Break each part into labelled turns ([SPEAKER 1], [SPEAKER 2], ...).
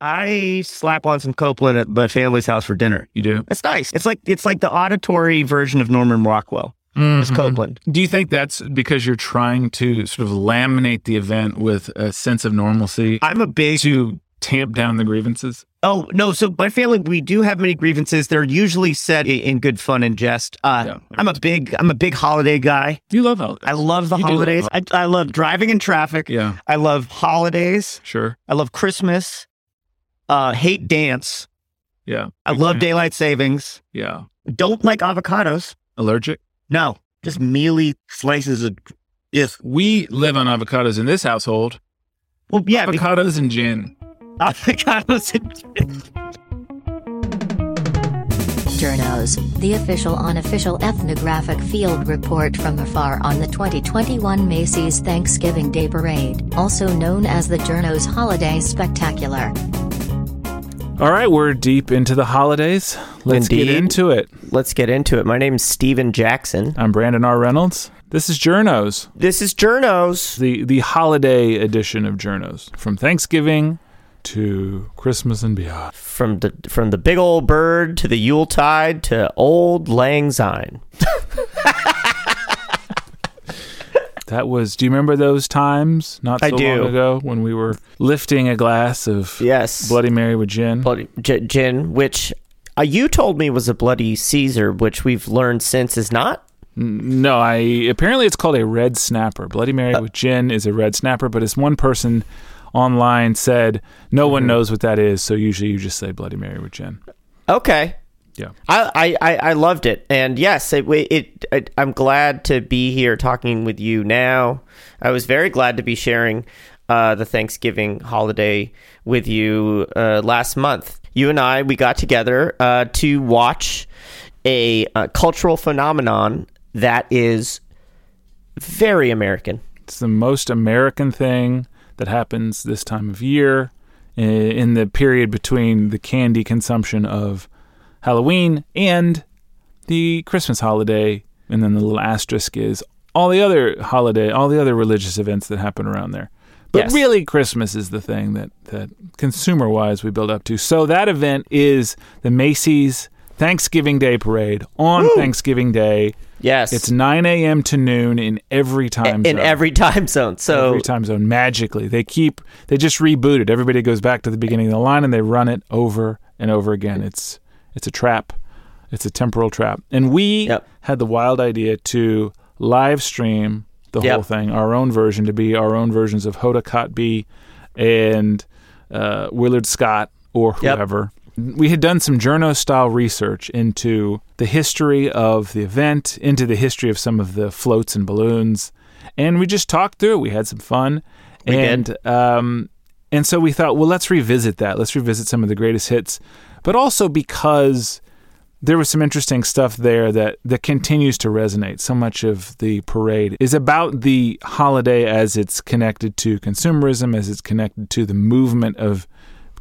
[SPEAKER 1] I slap on some Copeland at my family's house for dinner.
[SPEAKER 2] You do.
[SPEAKER 1] It's nice. It's like it's like the auditory version of Norman Rockwell.
[SPEAKER 2] Mm-hmm.
[SPEAKER 1] It's Copeland.
[SPEAKER 2] Do you think that's because you're trying to sort of laminate the event with a sense of normalcy
[SPEAKER 1] I'm a big
[SPEAKER 2] to tamp down the grievances?
[SPEAKER 1] Oh no! So my family, we do have many grievances. They're usually set i- in good fun and jest. Uh,
[SPEAKER 2] Yeah.
[SPEAKER 1] I'm a big, I'm a big holiday guy.
[SPEAKER 2] You love all
[SPEAKER 1] I love the
[SPEAKER 2] You do love
[SPEAKER 1] holidays. I, I love driving in traffic.
[SPEAKER 2] Yeah,
[SPEAKER 1] I love holidays.
[SPEAKER 2] sure.
[SPEAKER 1] I love Christmas. Uh, hate dance.
[SPEAKER 2] Yeah,
[SPEAKER 1] I love daylight savings.
[SPEAKER 2] yeah.
[SPEAKER 1] Don't like avocados.
[SPEAKER 2] Allergic?
[SPEAKER 1] No, just mealy slices of. Yes.
[SPEAKER 2] We live on avocados in this household.
[SPEAKER 1] Well, yeah, because
[SPEAKER 2] Avocados and gin.
[SPEAKER 1] avocados.
[SPEAKER 3] Journos, the official unofficial ethnographic field report from afar on the 2021 Macy's Thanksgiving Day Parade, also known as the Journos Holiday Spectacular.
[SPEAKER 4] All right, we're deep into the holidays. Let's get
[SPEAKER 5] Indeed.
[SPEAKER 4] into it.
[SPEAKER 5] Let's get into it. My name's Steven Jackson.
[SPEAKER 4] I'm Brandon R. Reynolds. This is Journos,
[SPEAKER 5] This is Journos.
[SPEAKER 4] the the holiday edition of Journos, from Thanksgiving to Christmas and beyond.
[SPEAKER 5] From the from the big old bird to the Yuletide to old Lang Syne.
[SPEAKER 4] That was. Do you remember those times not so
[SPEAKER 5] I do.
[SPEAKER 4] long ago when we were lifting a glass of
[SPEAKER 5] Yes.
[SPEAKER 4] Bloody Mary with gin?
[SPEAKER 5] Bloody J- gin, which uh, you told me was a bloody Caesar, which we've learned since is not.
[SPEAKER 4] No, I apparently it's called a red snapper. Bloody Mary
[SPEAKER 5] Uh.
[SPEAKER 4] with gin is a red snapper, but as one person online said, no one
[SPEAKER 5] Mm-hmm.
[SPEAKER 4] knows what that is, so usually you just say Bloody Mary with gin.
[SPEAKER 5] Okay.
[SPEAKER 4] Yeah.
[SPEAKER 5] I, I, I I loved it, and yes, it, it, it. I'm glad to be here talking with you now. I was very glad to be sharing uh, the Thanksgiving holiday with you uh, last month. You and I we got together uh, to watch a, uh cultural phenomenon that is very American.
[SPEAKER 4] It's the most American thing that happens this time of year i- in the period between the candy consumption of Halloween and the Christmas holiday. And then the little asterisk is all the other holiday, all the other religious events that happen around there. But
[SPEAKER 5] Yes.
[SPEAKER 4] really, Christmas is the thing that, that consumer wise we build up to. So that event is the Macy's Thanksgiving Day Parade on Thanksgiving Day.
[SPEAKER 5] Yes,
[SPEAKER 4] It's 9 a.m. to noon in every time
[SPEAKER 5] in
[SPEAKER 4] zone
[SPEAKER 5] every time zone. So
[SPEAKER 4] every time zone magically. They keep they just reboot it. Everybody goes back to the beginning of the line and they run it over and over again. It's it's a trap. It's a temporal trap. And we
[SPEAKER 5] Yep.
[SPEAKER 4] had the wild idea to live stream the
[SPEAKER 5] Yep.
[SPEAKER 4] whole thing, our own version to be our own versions of Hoda Kotb and uh, Willard Scott or
[SPEAKER 5] Yep.
[SPEAKER 4] whoever. We had done some journo style research into the history of the event, into the history of some of the floats and balloons, and we just talked through it. We had some fun, and um, and so we thought, well, let's revisit that. Let's revisit some of the greatest hits, but also because there was some interesting stuff there that that continues to resonate. So much of the parade is about the holiday as it's connected to consumerism, as it's connected to the movement of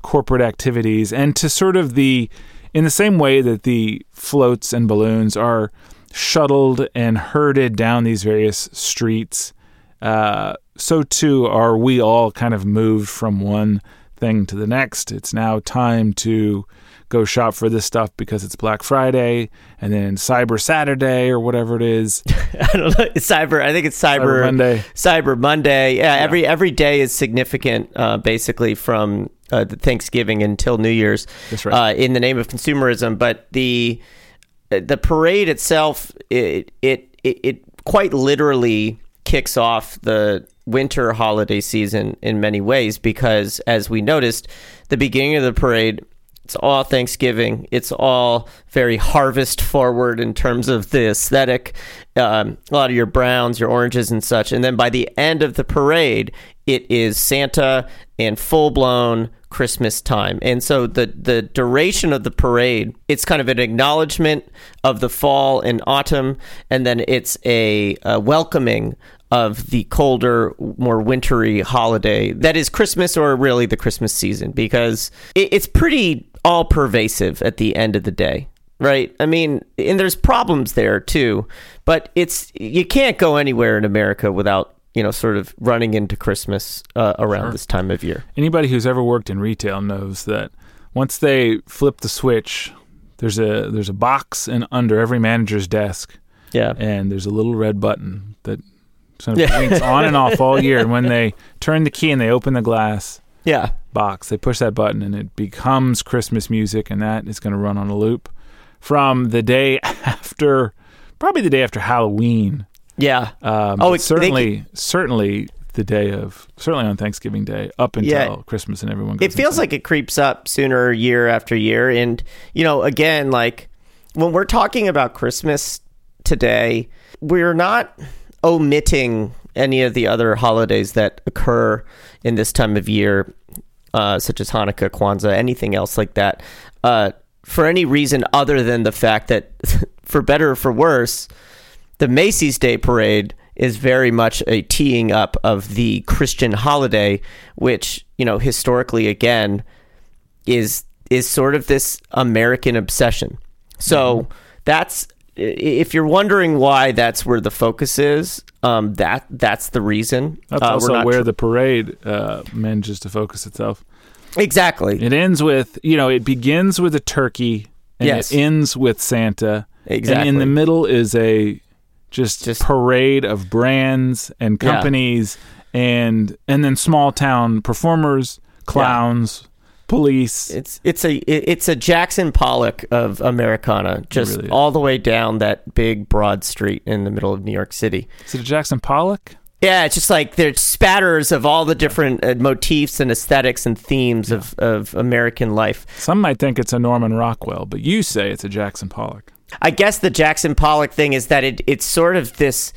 [SPEAKER 4] corporate activities, and to sort of the in the same way that the floats and balloons are shuttled and herded down these various streets uh, so too are we all kind of moved from one thing to the next. It's now time to go shop for this stuff because it's Black Friday and then Cyber Saturday or whatever it is.
[SPEAKER 5] I don't know. It's cyber. I think it's cyber,
[SPEAKER 4] Cyber Monday.
[SPEAKER 5] Cyber Monday. Yeah, Every every day is significant, uh, basically from uh, the Thanksgiving until New Year's.
[SPEAKER 4] That's right.
[SPEAKER 5] Uh, in the name of consumerism, but the uh, the parade itself, it it it, it quite literally kicks off the winter holiday season in many ways because as we noticed the beginning of the parade it's all Thanksgiving. It's all very harvest forward in terms of the aesthetic. Um, a lot of your browns, your oranges, and such. And then by the end of the parade, it is Santa and full blown Christmas time. And so the the duration of the parade, it's kind of an acknowledgement of the fall and autumn, and then it's a, a welcoming of the colder, more wintry holiday that is Christmas or really the Christmas season because it, it's pretty all pervasive at the end of the day, right? I mean, and there's problems there too, but it's you can't go anywhere in America without you know, sort of running into Christmas uh, around
[SPEAKER 4] Sure.
[SPEAKER 5] this time of year.
[SPEAKER 4] Anybody who's ever worked in retail knows that once they flip the switch, there's a there's a box and under every manager's desk,
[SPEAKER 5] Yeah.
[SPEAKER 4] and there's a little red button that sort of blinks on and off all year. And when they turn the key and they open the glass
[SPEAKER 5] Yeah.
[SPEAKER 4] box, they push that button and it becomes Christmas music, and that is going to run on a loop from the day after, probably the day after Halloween.
[SPEAKER 5] Yeah.
[SPEAKER 4] Um,
[SPEAKER 5] Oh,
[SPEAKER 4] oh,
[SPEAKER 5] it- they
[SPEAKER 4] certainly, certainly the day of, certainly on Thanksgiving Day up until
[SPEAKER 5] Yeah.
[SPEAKER 4] Christmas and everyone. Goes
[SPEAKER 5] it feels
[SPEAKER 4] inside.
[SPEAKER 5] like it creeps up sooner year after year and you know again like when we're talking about christmas today we're not omitting any of the other holidays that occur in this time of year uh, such as hanukkah kwanzaa anything else like that uh, for any reason other than the fact that for better or for worse the Macy's Day Parade is very much a teeing up of the Christian holiday, which you know historically again is is sort of this American obsession.
[SPEAKER 4] Mm-hmm.
[SPEAKER 5] So that's i- if you're wondering why that's where the focus is, um, that that's the reason.
[SPEAKER 4] that's
[SPEAKER 5] Uh, we're
[SPEAKER 4] also
[SPEAKER 5] not
[SPEAKER 4] where
[SPEAKER 5] tr-
[SPEAKER 4] the parade uh, manages to focus itself.
[SPEAKER 5] exactly
[SPEAKER 4] It ends with, you know, it begins with a turkey and
[SPEAKER 5] Yes.
[SPEAKER 4] it ends with Santa. And
[SPEAKER 5] Exactly.
[SPEAKER 4] in the middle is a just,
[SPEAKER 5] Just-
[SPEAKER 4] parade of brands and
[SPEAKER 5] Yeah.
[SPEAKER 4] companies and and then small town performers, clowns, police.
[SPEAKER 5] It's it's a it- it's a Jackson Pollock of Americana, just
[SPEAKER 4] really is.
[SPEAKER 5] all the way down that big broad street in the middle of New York City.
[SPEAKER 4] Is it Jackson Pollock?
[SPEAKER 5] Yeah, it's just like there's spatters of all the different uh, motifs and aesthetics and themes of, of American life.
[SPEAKER 4] Some might think it's a Norman Rockwell, but you say it's a Jackson Pollock.
[SPEAKER 5] I guess the Jackson Pollock thing is that it it's sort of this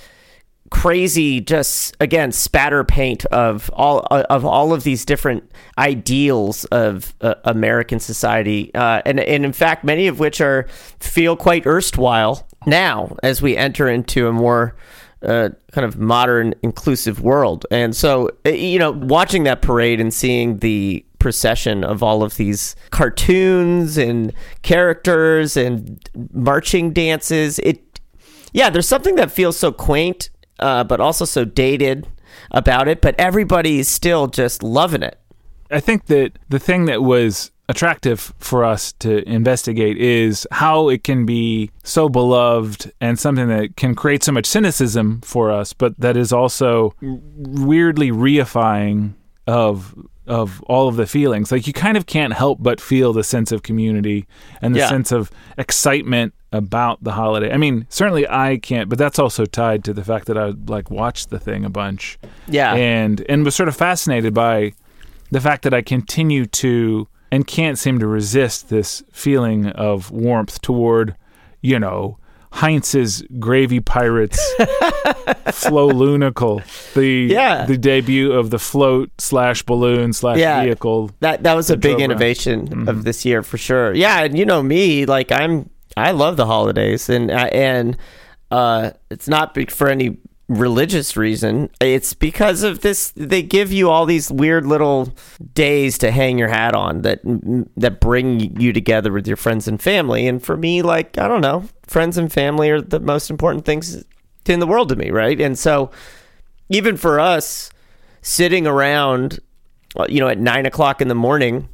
[SPEAKER 5] crazy, just again spatter paint of all uh, of all of these different ideals of uh, American society, uh, and and in fact many of which are feel quite erstwhile now as we enter into a more uh, kind of modern inclusive world. And so, uh, you know, watching that parade and seeing the procession of all of these cartoons and characters and marching dances, it yeah, there's something that feels so quaint, uh, but also so dated about it. But everybody is still just loving it.
[SPEAKER 4] I think that the thing that was attractive for us to investigate is how it can be so beloved and something that can create so much cynicism for us, but that is also weirdly reifying of of all of the feelings. Like you kind of can't help but feel the sense of community and the
[SPEAKER 5] Yeah.
[SPEAKER 4] sense of excitement about the holiday. I mean, certainly I can't, but that's also tied to the fact that I like watched the thing a bunch
[SPEAKER 5] Yeah.
[SPEAKER 4] and and was sort of fascinated by the fact that I continue to and can't seem to resist this feeling of warmth toward, you know, Heinz's Gravy Pirates Flow Lunical, the
[SPEAKER 5] Yeah.
[SPEAKER 4] the debut of the float slash balloon slash
[SPEAKER 5] Yeah.
[SPEAKER 4] vehicle. Mm-hmm.
[SPEAKER 5] That that was a big
[SPEAKER 4] Joe Brown.
[SPEAKER 5] innovation of this year for sure. Yeah, and you know me, like I'm, I love the holidays, and I- and uh, it's not be- for any religious reason. It's because of this. They give you all these weird little days to hang your hat on that that bring you together with your friends and family. And for me, like I don't know, friends and family are the most important things in the world to me, right? And so, even for us, sitting around uh, you know, at nine o'clock in the morning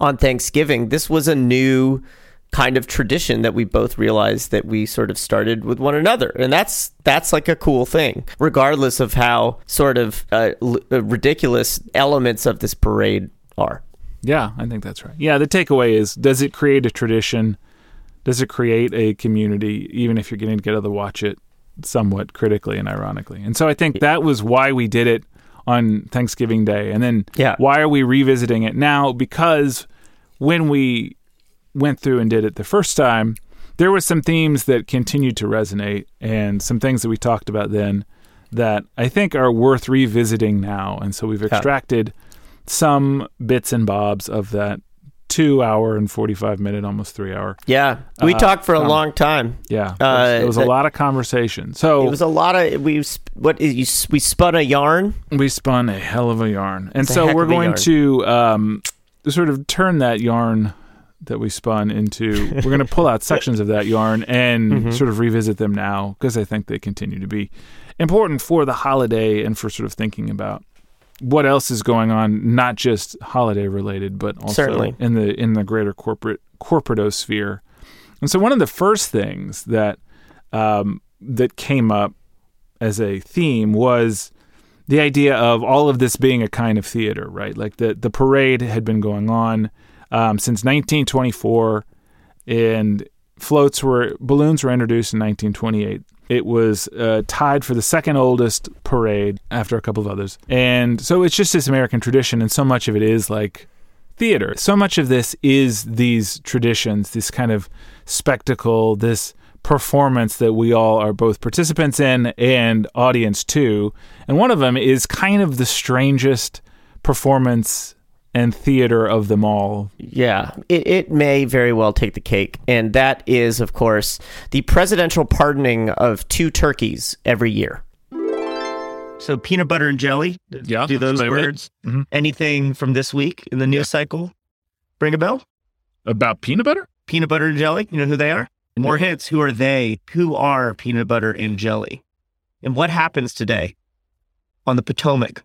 [SPEAKER 5] on Thanksgiving, this was a new kind of tradition that we both realized that we sort of started with one another and that's that's like a cool thing regardless of how sort of uh, l- uh, ridiculous elements of this parade are
[SPEAKER 4] Yeah, I think that's right. Yeah, the takeaway is does it create a tradition? Does it create a community, even if you're getting together to watch it somewhat critically and ironically? And so I think that was why we did it on Thanksgiving Day. And then
[SPEAKER 5] Yeah.
[SPEAKER 4] why are we revisiting it now? Because when we went through and did it the first time, there were some themes that continued to resonate and some things that we talked about then that I think are worth revisiting now. And so we've extracted some bits and bobs of that two hour and 45 minute, almost three hour.
[SPEAKER 5] yeah we
[SPEAKER 4] Uh,
[SPEAKER 5] talked for a
[SPEAKER 4] um,
[SPEAKER 5] long time
[SPEAKER 4] Yeah.
[SPEAKER 5] Uh,
[SPEAKER 4] it was,
[SPEAKER 5] that-
[SPEAKER 4] a lot of conversation. So
[SPEAKER 5] it was a lot of we sp- what is you s- we spun a yarn
[SPEAKER 4] we spun a hell of a yarn. And
[SPEAKER 5] It's a
[SPEAKER 4] so
[SPEAKER 5] heck
[SPEAKER 4] we're
[SPEAKER 5] of a
[SPEAKER 4] going
[SPEAKER 5] yarn.
[SPEAKER 4] to um, sort of turn that yarn that we spun into. We're going to pull out sections of that yarn and
[SPEAKER 5] Mm-hmm.
[SPEAKER 4] sort of revisit them now because I think they continue to be important for the holiday and for sort of thinking about what else is going on, not just holiday related, but also
[SPEAKER 5] Certainly.
[SPEAKER 4] in the in the greater corporate corporatosphere. And so one of the first things that um, that came up as a theme was the idea of all of this being a kind of theater, right? Like the the parade had been going on um, since 1924, and floats were balloons were introduced in 1928. It was uh, tied for the second oldest parade after a couple of others, and so it's just this American tradition, and so much of it is like theater. So much of this is these traditions, this kind of spectacle, this performance that we all are both participants in and audience to. And one of them is kind of the strangest performance and theater of them all.
[SPEAKER 5] Yeah, it, it may very well take the cake. And that is, of course, the presidential pardoning of two turkeys every year.
[SPEAKER 1] So peanut butter and jelly.
[SPEAKER 6] Yeah,
[SPEAKER 1] Do those
[SPEAKER 6] play with it.
[SPEAKER 1] words?
[SPEAKER 6] Mhm.
[SPEAKER 1] Anything from this week in the news cycle? Ring a bell?
[SPEAKER 6] About peanut butter?
[SPEAKER 1] Peanut butter and jelly. You know who they are? More hits. Who are they? Who are peanut butter and jelly? And what happens today on the Potomac?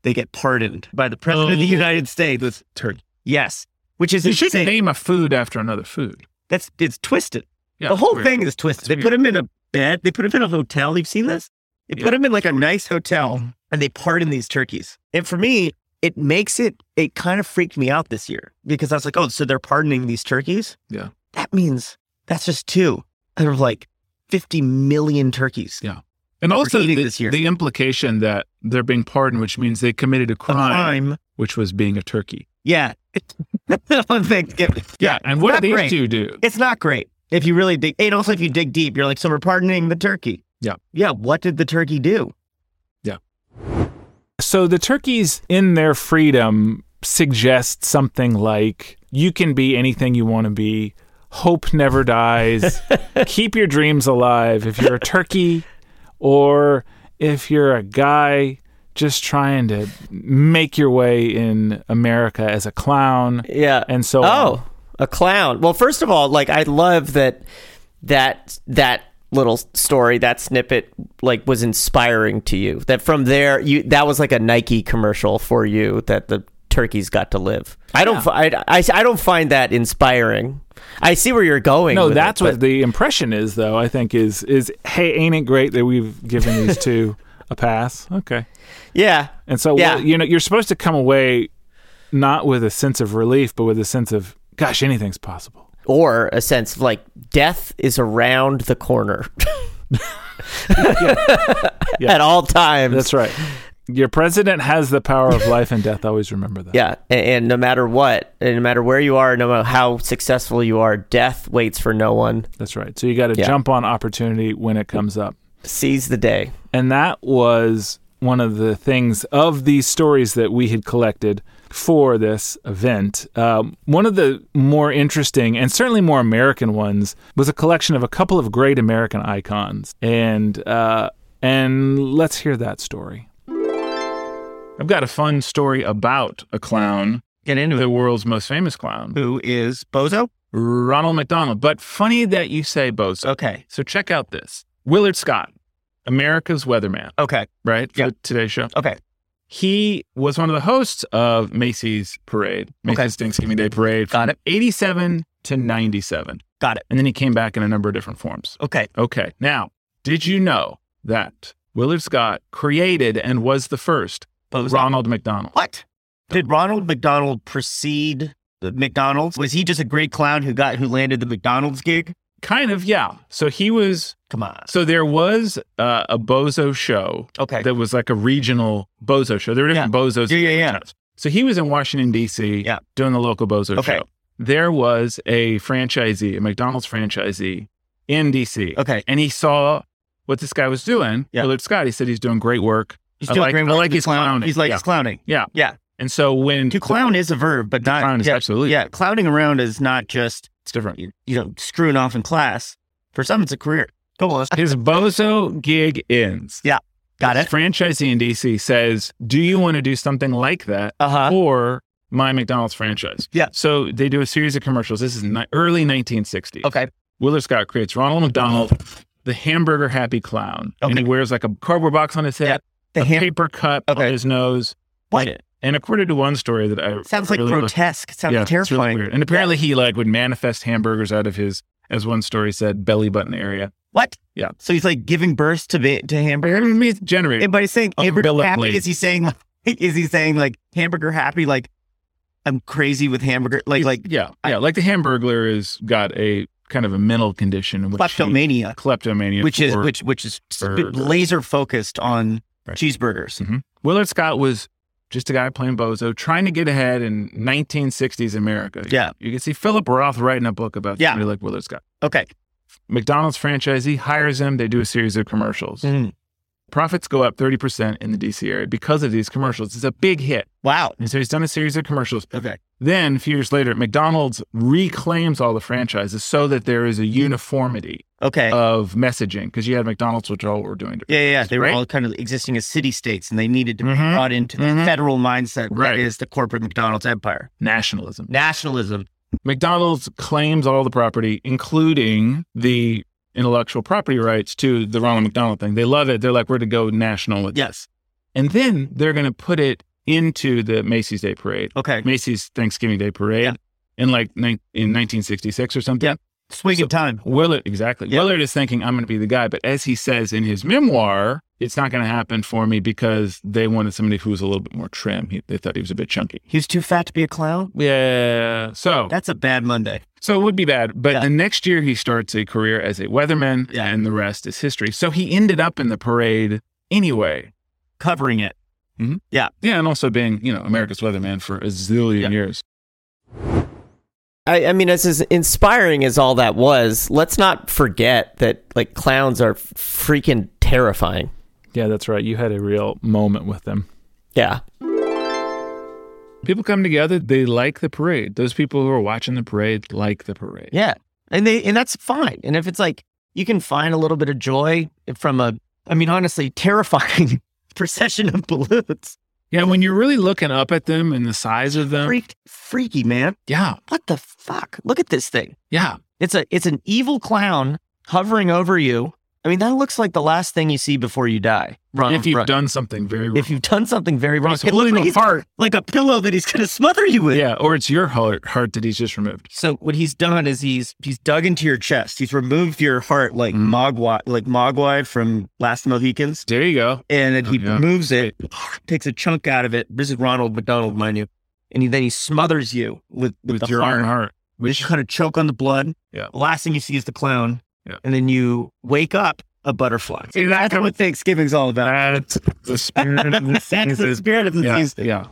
[SPEAKER 1] They get pardoned by the president of the
[SPEAKER 6] Oh.
[SPEAKER 1] United States.
[SPEAKER 6] With turkey.
[SPEAKER 1] Yes, which is
[SPEAKER 6] You should
[SPEAKER 1] insane.
[SPEAKER 6] name a food after another food.
[SPEAKER 1] That's it's twisted.
[SPEAKER 6] Yeah,
[SPEAKER 1] the
[SPEAKER 6] it's
[SPEAKER 1] whole
[SPEAKER 6] weird.
[SPEAKER 1] thing is twisted.
[SPEAKER 6] It's
[SPEAKER 1] They put him in a bed. They put him in a hotel. You've seen this? They put
[SPEAKER 6] Yeah.
[SPEAKER 1] him in like a nice hotel and they pardon these turkeys. And for me, it makes it, it kind of freaked me out this year because I was like, oh, so they're pardoning these turkeys?
[SPEAKER 6] Yeah.
[SPEAKER 1] That means that's just two out of like 50 million turkeys.
[SPEAKER 6] Yeah. And also the,
[SPEAKER 1] eating this year.
[SPEAKER 6] the implication that they're being pardoned, which means they committed a
[SPEAKER 1] A
[SPEAKER 6] crime,
[SPEAKER 1] crime.
[SPEAKER 6] which was being a turkey.
[SPEAKER 1] Yeah. On Thanksgiving.
[SPEAKER 6] Yeah. And what
[SPEAKER 1] Not
[SPEAKER 6] did these
[SPEAKER 1] great.
[SPEAKER 6] two do?
[SPEAKER 1] It's not great if you really dig. And also, if you dig deep, you're like, so we're pardoning the turkey.
[SPEAKER 6] Yeah.
[SPEAKER 1] Yeah. What did the turkey do?
[SPEAKER 4] So the turkeys in their freedom suggest something like you can be anything you want to be. Hope never dies. Keep your dreams alive. If you're a turkey or if you're a guy just trying to make your way in America as a clown.
[SPEAKER 5] Yeah.
[SPEAKER 4] And so on.
[SPEAKER 5] Oh, a clown. Well, first of all, like I love that that that little story, that snippet like was inspiring to you. That from there you that was like a Nike commercial for you that the turkeys got to live. I don't fi- I, I, I don't find that inspiring. I see where you're going.
[SPEAKER 4] No,
[SPEAKER 5] with
[SPEAKER 4] that's
[SPEAKER 5] it,
[SPEAKER 4] what the impression is, though. I think is is hey, ain't it great that we've given these two a pass? Okay,
[SPEAKER 5] but- Yeah.
[SPEAKER 4] and so
[SPEAKER 5] Yeah.
[SPEAKER 4] well, you know you're supposed to come away not with a sense of relief, but with a sense of gosh, anything's possible.
[SPEAKER 5] Or a sense of like death is around the corner. At all times.
[SPEAKER 4] That's right. Your president has the power of life and death. Always remember that.
[SPEAKER 5] Yeah, and, and no matter what, and no matter where you are, no matter how successful you are, death waits for no one.
[SPEAKER 4] that's right. So you got to
[SPEAKER 5] Yeah.
[SPEAKER 4] jump on opportunity when it comes up.
[SPEAKER 5] Seize the day.
[SPEAKER 4] And that was one of the things of these stories that we had collected for this event. Um, one of the more interesting and certainly more American ones was a collection of a couple of great American icons. And uh, and let's hear that story.
[SPEAKER 6] I've got a fun story about a clown,
[SPEAKER 1] Get into
[SPEAKER 6] the
[SPEAKER 1] it.
[SPEAKER 6] world's most famous clown,
[SPEAKER 1] Who is Bozo?
[SPEAKER 6] Ronald McDonald. But funny that you say both.
[SPEAKER 1] Okay.
[SPEAKER 6] So check out this Willard Scott, America's weatherman,
[SPEAKER 1] Okay.
[SPEAKER 6] right? For
[SPEAKER 1] Yeah.
[SPEAKER 6] today's show.
[SPEAKER 1] Okay.
[SPEAKER 6] He was one of the hosts of Macy's parade,
[SPEAKER 1] Okay.
[SPEAKER 6] Macy's Thanksgiving Day parade.
[SPEAKER 1] Got
[SPEAKER 6] from 87 to 97.
[SPEAKER 1] Got it.
[SPEAKER 6] And then he came back in a number of different forms.
[SPEAKER 1] Okay.
[SPEAKER 6] Okay. Now, did you know that Willard Scott created and was the first
[SPEAKER 1] Bozo.
[SPEAKER 6] Ronald McDonald?
[SPEAKER 1] What? Did Ronald McDonald precede the McDonald's? Was he just a great clown who got who landed the McDonald's gig?
[SPEAKER 6] Kind of, yeah. So he was,
[SPEAKER 1] Come on.
[SPEAKER 6] so there was uh, a bozo show
[SPEAKER 1] Okay.
[SPEAKER 6] that was like a regional bozo show. There were different bozos.
[SPEAKER 1] yeah, yeah, yeah.
[SPEAKER 6] So he was in Washington, D.C.,
[SPEAKER 1] Yeah.
[SPEAKER 6] doing the local bozo
[SPEAKER 1] Okay.
[SPEAKER 6] show. There was a franchisee, a McDonald's franchisee in D.C.,
[SPEAKER 1] Okay.
[SPEAKER 6] and he saw what this guy was doing,
[SPEAKER 1] Yeah.
[SPEAKER 6] Willard Scott. He said he's doing great work.
[SPEAKER 1] He's
[SPEAKER 6] I
[SPEAKER 1] doing
[SPEAKER 6] like-
[SPEAKER 1] great
[SPEAKER 6] I
[SPEAKER 1] work.
[SPEAKER 6] like
[SPEAKER 1] He's
[SPEAKER 6] his clowning.
[SPEAKER 1] He's like
[SPEAKER 6] Yeah.
[SPEAKER 1] he's clowning.
[SPEAKER 6] Yeah.
[SPEAKER 1] Yeah.
[SPEAKER 6] And so when
[SPEAKER 1] To clown is a verb, but not
[SPEAKER 6] Clown is
[SPEAKER 1] yeah,
[SPEAKER 6] absolutely.
[SPEAKER 1] yeah. Clowning around is not just
[SPEAKER 6] It's different.
[SPEAKER 1] you know screwing off in class. For some, it's a career. Go on.
[SPEAKER 6] His bozo gig ends.
[SPEAKER 1] Yeah. Got
[SPEAKER 6] His
[SPEAKER 1] it.
[SPEAKER 4] Uh-huh.
[SPEAKER 6] Franchisee in DC says, Do you want to do something like that?
[SPEAKER 1] Uh huh.
[SPEAKER 6] Or
[SPEAKER 4] my McDonald's franchise.
[SPEAKER 1] Yeah.
[SPEAKER 4] So they do a series of commercials. This is ni- early 1960s.
[SPEAKER 1] Okay.
[SPEAKER 4] Willard Scott creates Ronald McDonald, the hamburger happy clown. And he
[SPEAKER 1] Okay.
[SPEAKER 4] wears like a cardboard box on his head,
[SPEAKER 1] The
[SPEAKER 4] a
[SPEAKER 1] ham-
[SPEAKER 4] paper cut
[SPEAKER 1] Okay.
[SPEAKER 4] on his nose.
[SPEAKER 1] What?
[SPEAKER 4] And according to one story that I
[SPEAKER 1] Sounds like
[SPEAKER 4] really looked-
[SPEAKER 1] grotesque. Sounds
[SPEAKER 4] yeah, it's really
[SPEAKER 1] terrifying.
[SPEAKER 4] weird. And apparently he like would manifest hamburgers out of his, as one story said, belly button area.
[SPEAKER 1] What?
[SPEAKER 4] Yeah.
[SPEAKER 1] So he's like giving birth to ba- to hamburger.
[SPEAKER 4] I mean, it's generated.
[SPEAKER 1] And by saying hamburger happy,
[SPEAKER 4] Umbilically.
[SPEAKER 1] is he saying like, is he saying like hamburger happy? Like I'm crazy with hamburger. Like like
[SPEAKER 4] yeah, yeah, like the Hamburglar has got a kind of a mental condition in which he,
[SPEAKER 1] kleptomania,
[SPEAKER 4] kleptomania,
[SPEAKER 1] which is
[SPEAKER 4] for-
[SPEAKER 1] which which is
[SPEAKER 4] burger.
[SPEAKER 1] laser focused on
[SPEAKER 4] Right.
[SPEAKER 1] cheeseburgers.
[SPEAKER 4] Willard Scott was just a guy playing bozo, trying to get ahead in 1960s America.
[SPEAKER 1] Yeah.
[SPEAKER 4] you can see Philip Roth writing a book about
[SPEAKER 1] Yeah.
[SPEAKER 4] somebody like Willard Scott.
[SPEAKER 1] Okay.
[SPEAKER 4] McDonald's franchisee hires him. They do a series of commercials.
[SPEAKER 1] Mhm.
[SPEAKER 4] Profits go up 30% in the DC area because of these commercials. It's a big hit.
[SPEAKER 1] Wow.
[SPEAKER 4] And so he's done a series of commercials.
[SPEAKER 1] Okay.
[SPEAKER 4] Then, a few years later, McDonald's reclaims all the franchises so that there is a uniformity
[SPEAKER 1] Okay.
[SPEAKER 4] of messaging because you had McDonald's, which all were doing.
[SPEAKER 1] yeah, yeah, yeah. They were
[SPEAKER 4] right?
[SPEAKER 1] all kind of existing as city states, and they needed to be
[SPEAKER 4] Mhm.
[SPEAKER 1] brought into the
[SPEAKER 4] Mhm.
[SPEAKER 1] federal mindset
[SPEAKER 4] Right.
[SPEAKER 1] that is the corporate McDonald's empire,
[SPEAKER 4] Nationalism.
[SPEAKER 1] nationalism.
[SPEAKER 4] McDonald's claims all the property, including the intellectual property rights to the Ronald McDonald thing. They love it. They're like, we're to go national with
[SPEAKER 1] Yes.
[SPEAKER 4] And then they're going to put it into the Macy's Day Parade,
[SPEAKER 1] Okay.
[SPEAKER 4] Macy's Thanksgiving Day Parade
[SPEAKER 1] Yeah.
[SPEAKER 4] in like nin- in 1966 or something.
[SPEAKER 1] Yeah. Swing of time.
[SPEAKER 4] Willard, exactly.
[SPEAKER 1] Yeah.
[SPEAKER 4] Willard is thinking, I'm going to be the guy. But as he says in his memoir, it's not going to happen for me because they wanted somebody who was a little bit more trim. He, they thought he was a bit chunky.
[SPEAKER 1] He was too fat to be a clown.
[SPEAKER 4] Yeah. So,
[SPEAKER 1] That's a bad Monday.
[SPEAKER 4] so it would be bad. But
[SPEAKER 1] Yeah.
[SPEAKER 4] the next year, he starts a career as a weatherman,
[SPEAKER 1] Yeah.
[SPEAKER 4] and the rest is history. So he ended up in the parade anyway.
[SPEAKER 1] Covering it.
[SPEAKER 4] Yeah. And also being, you know, America's weatherman for a zillion
[SPEAKER 1] Yeah.
[SPEAKER 4] years.
[SPEAKER 5] I, I mean, as, as inspiring as all that was, let's not forget that like clowns are freaking terrifying.
[SPEAKER 7] Yeah, that's right. You had a real moment with them.
[SPEAKER 5] Yeah.
[SPEAKER 4] People come together, they like the parade. Those people who are watching the parade like the parade.
[SPEAKER 1] Yeah. And they and that's fine. And if it's like you can find a little bit of joy from a I mean honestly terrifying procession of balloons.
[SPEAKER 4] Yeah, when you're really looking up at them and the size of them.
[SPEAKER 1] Freak, freaky man.
[SPEAKER 4] Yeah,
[SPEAKER 1] What the fuck? Look at this thing.
[SPEAKER 4] yeah.
[SPEAKER 1] It's a it's an evil clown hovering over you. I mean that looks like the last thing you see before you die. Run.
[SPEAKER 4] if you've
[SPEAKER 1] run.
[SPEAKER 4] done something very wrong.
[SPEAKER 1] if you've done something very wrong,
[SPEAKER 4] It's
[SPEAKER 1] it looks
[SPEAKER 4] holding
[SPEAKER 1] like,
[SPEAKER 4] a
[SPEAKER 1] he's-
[SPEAKER 4] heart.
[SPEAKER 1] like a pillow that he's going to smother you with.
[SPEAKER 4] Yeah, or it's your heart, heart that he's just removed.
[SPEAKER 1] So what he's done is he's he's dug into your chest. He's removed your heart like
[SPEAKER 4] Mm.
[SPEAKER 1] Mogwai, like Mogwai from Last of the Mohicans,
[SPEAKER 4] There you go.
[SPEAKER 1] and then he
[SPEAKER 4] Oh, yeah.
[SPEAKER 1] moves it, takes a chunk out of it. This is Ronald McDonald, mind you, and he, then he smothers you with with,
[SPEAKER 4] With
[SPEAKER 1] the
[SPEAKER 4] your
[SPEAKER 1] heart.
[SPEAKER 4] own heart.
[SPEAKER 1] Which
[SPEAKER 4] Which
[SPEAKER 1] kind of choke on the blood.
[SPEAKER 4] Yeah.
[SPEAKER 1] The last thing you see is the clown.
[SPEAKER 4] Yeah.
[SPEAKER 1] And then you wake up a butterfly. See, that's what Thanksgiving's all about.
[SPEAKER 4] that's the spirit of the
[SPEAKER 1] that's the spirit of the
[SPEAKER 4] Yeah,
[SPEAKER 1] season.
[SPEAKER 4] yeah.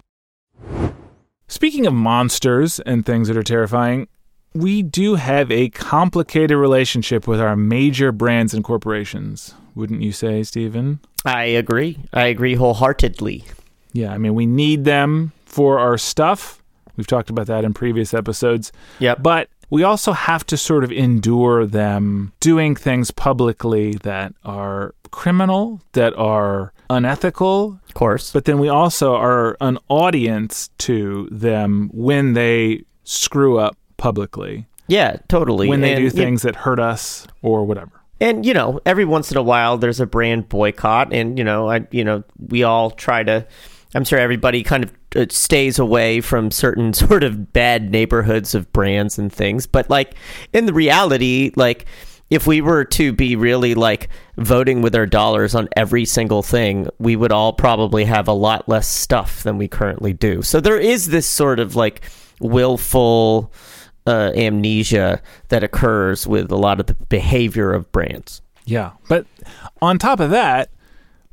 [SPEAKER 7] Speaking of monsters and things that are terrifying, we do have a complicated relationship with our major brands and corporations, wouldn't you say, Stephen?
[SPEAKER 5] I agree. I agree wholeheartedly.
[SPEAKER 7] Yeah, I mean, we need them for our stuff. We've talked about that in previous episodes.
[SPEAKER 5] Yep.
[SPEAKER 7] But we also have to sort of endure them doing things publicly that are criminal, that are unethical,
[SPEAKER 5] Of course.
[SPEAKER 7] but then we also are an audience to them when they screw up publicly,
[SPEAKER 5] yeah, totally.
[SPEAKER 7] when they
[SPEAKER 5] And,
[SPEAKER 7] do
[SPEAKER 5] you-
[SPEAKER 7] things that hurt us or whatever.
[SPEAKER 5] and you know, every once in a while there's a brand boycott and you know, I you know, we all try to I'm sure everybody kind of uh, stays away from certain sort of bad neighborhoods of brands and things, but like in the reality, like if we were to be really like voting with our dollars on every single thing, we would all probably have a lot less stuff than we currently do. So there is this sort of like willful uh, amnesia that occurs with a lot of the behavior of brands.
[SPEAKER 7] Yeah. But on top of that,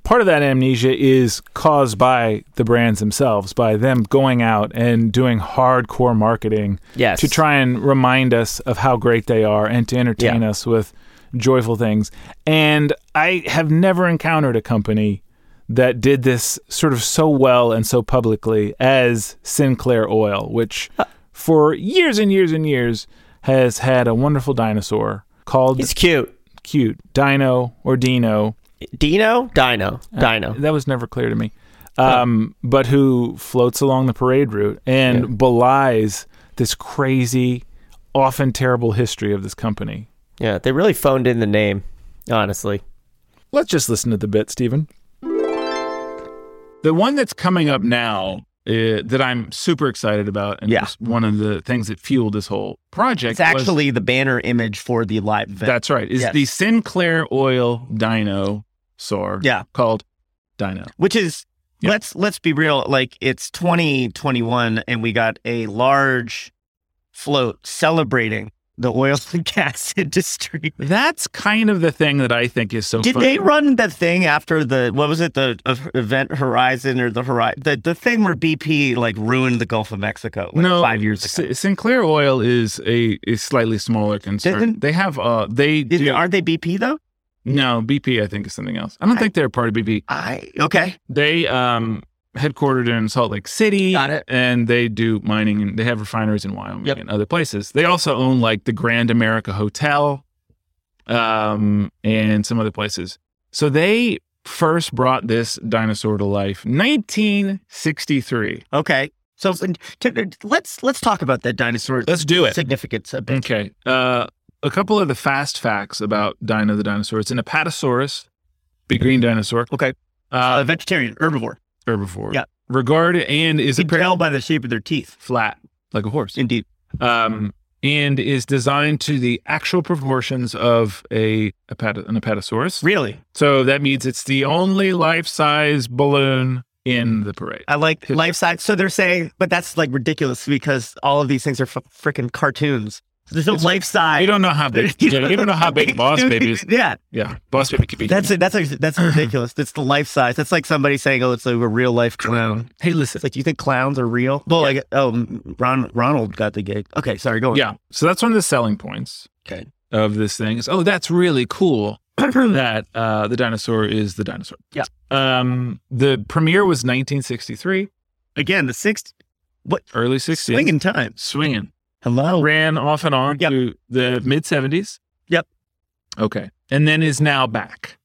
[SPEAKER 7] part of that amnesia is caused by the brands themselves, by them going out and doing hardcore marketing
[SPEAKER 5] Yes.
[SPEAKER 7] to try and remind us of how great they are and to entertain
[SPEAKER 5] Yeah.
[SPEAKER 7] us with joyful things. And I have never encountered a company that did this sort of so well and so publicly as Sinclair Oil, which
[SPEAKER 5] Uh.
[SPEAKER 7] for years and years and years has had a wonderful dinosaur called
[SPEAKER 5] It's cute.
[SPEAKER 7] cute. Dino or Dino.
[SPEAKER 5] Dino? Dino. Dino. Uh,
[SPEAKER 1] Oh.
[SPEAKER 7] That was never clear to me. um, but who floats along the parade route and belies this crazy, often terrible history of this company.
[SPEAKER 5] Yeah, they really phoned in the name, honestly.
[SPEAKER 7] Let's just listen to the bit, Stephen.
[SPEAKER 4] The one that's coming up now uh, that I'm super excited about, and
[SPEAKER 1] Yeah.
[SPEAKER 4] was one of the things that fueled this whole project.
[SPEAKER 1] It's
[SPEAKER 4] was-
[SPEAKER 1] actually the banner image for the live event.
[SPEAKER 4] that's right. Is
[SPEAKER 1] Yes.
[SPEAKER 4] the Sinclair Oil Dinosaur?
[SPEAKER 1] Yeah.
[SPEAKER 4] called Dino.
[SPEAKER 1] which is
[SPEAKER 4] Yeah.
[SPEAKER 1] let's let's be real like it's 2021 and we got a large float celebrating the oil and gas industry
[SPEAKER 4] That's kind of the thing that I think is so.
[SPEAKER 1] did
[SPEAKER 4] fun.
[SPEAKER 1] they run the thing after the what was it the uh, event horizon or the horizon the, the thing where bp like ruined the gulf of mexico like five years ago
[SPEAKER 4] S- Sinclair Oil is a is slightly smaller concern.
[SPEAKER 1] Doesn't-
[SPEAKER 4] they have uh they
[SPEAKER 1] Did-
[SPEAKER 4] do,
[SPEAKER 1] aren't they bp though
[SPEAKER 4] no BP I think is something else. I don't
[SPEAKER 1] I-
[SPEAKER 4] think they're part of BP.
[SPEAKER 1] i okay
[SPEAKER 4] They um headquartered in Salt Lake City.
[SPEAKER 1] Got it.
[SPEAKER 4] And they do mining and they have refineries in Wyoming
[SPEAKER 1] Yep.
[SPEAKER 4] and other places. They also own like the Grand America Hotel um and some other places. So they first brought this dinosaur to life 1963.
[SPEAKER 1] okay so and t- let's let's talk about that dinosaur
[SPEAKER 4] Let's do it.
[SPEAKER 1] significance a bit
[SPEAKER 4] Okay. Uh, a couple of the fast facts about Dino the dinosaur. It's an apatosaurus, big green dinosaur,
[SPEAKER 1] okay a
[SPEAKER 4] uh,
[SPEAKER 1] vegetarian herbivore
[SPEAKER 4] herbivore.
[SPEAKER 1] yeah.
[SPEAKER 4] Regarded and is
[SPEAKER 1] you can
[SPEAKER 4] apparently
[SPEAKER 1] tell by the shape of their teeth
[SPEAKER 4] flat like a horse.
[SPEAKER 1] indeed
[SPEAKER 4] Um, and is designed to the actual proportions of a apat- an apatosaurus.
[SPEAKER 1] Really?
[SPEAKER 4] So that means it's the only life-size balloon in the parade.
[SPEAKER 1] I like
[SPEAKER 4] Yeah.
[SPEAKER 1] life size. So they're saying, but that's like ridiculous because all of these things are f- freaking cartoons. There's no life
[SPEAKER 4] You
[SPEAKER 1] size.
[SPEAKER 4] don't know how big. you don't know how big Boss Baby is.
[SPEAKER 1] Yeah,
[SPEAKER 4] Yeah, Boss Baby could be.
[SPEAKER 1] that's it. That's actually- that's ridiculous. That's the life size. That's like somebody saying, "Oh, it's like a real life clown."
[SPEAKER 4] hey, listen.
[SPEAKER 1] It's like, do you think clowns are real? Well, like, oh, Ron, Ronald got the gig. Okay, sorry, go on.
[SPEAKER 4] Yeah. So that's one of the selling points
[SPEAKER 1] Oh, Okay.
[SPEAKER 4] of this thing is, oh, that's really cool that uh, the dinosaur is the dinosaur.
[SPEAKER 1] Yeah.
[SPEAKER 4] Um, the premiere was 1963,
[SPEAKER 1] Again, the sixth
[SPEAKER 4] early 60s.
[SPEAKER 1] swinging times.
[SPEAKER 4] Swinging.
[SPEAKER 1] Hello.
[SPEAKER 4] Ran off and on
[SPEAKER 1] Yep.
[SPEAKER 4] to the mid 70s.
[SPEAKER 1] Yep.
[SPEAKER 4] Okay. And then is now back.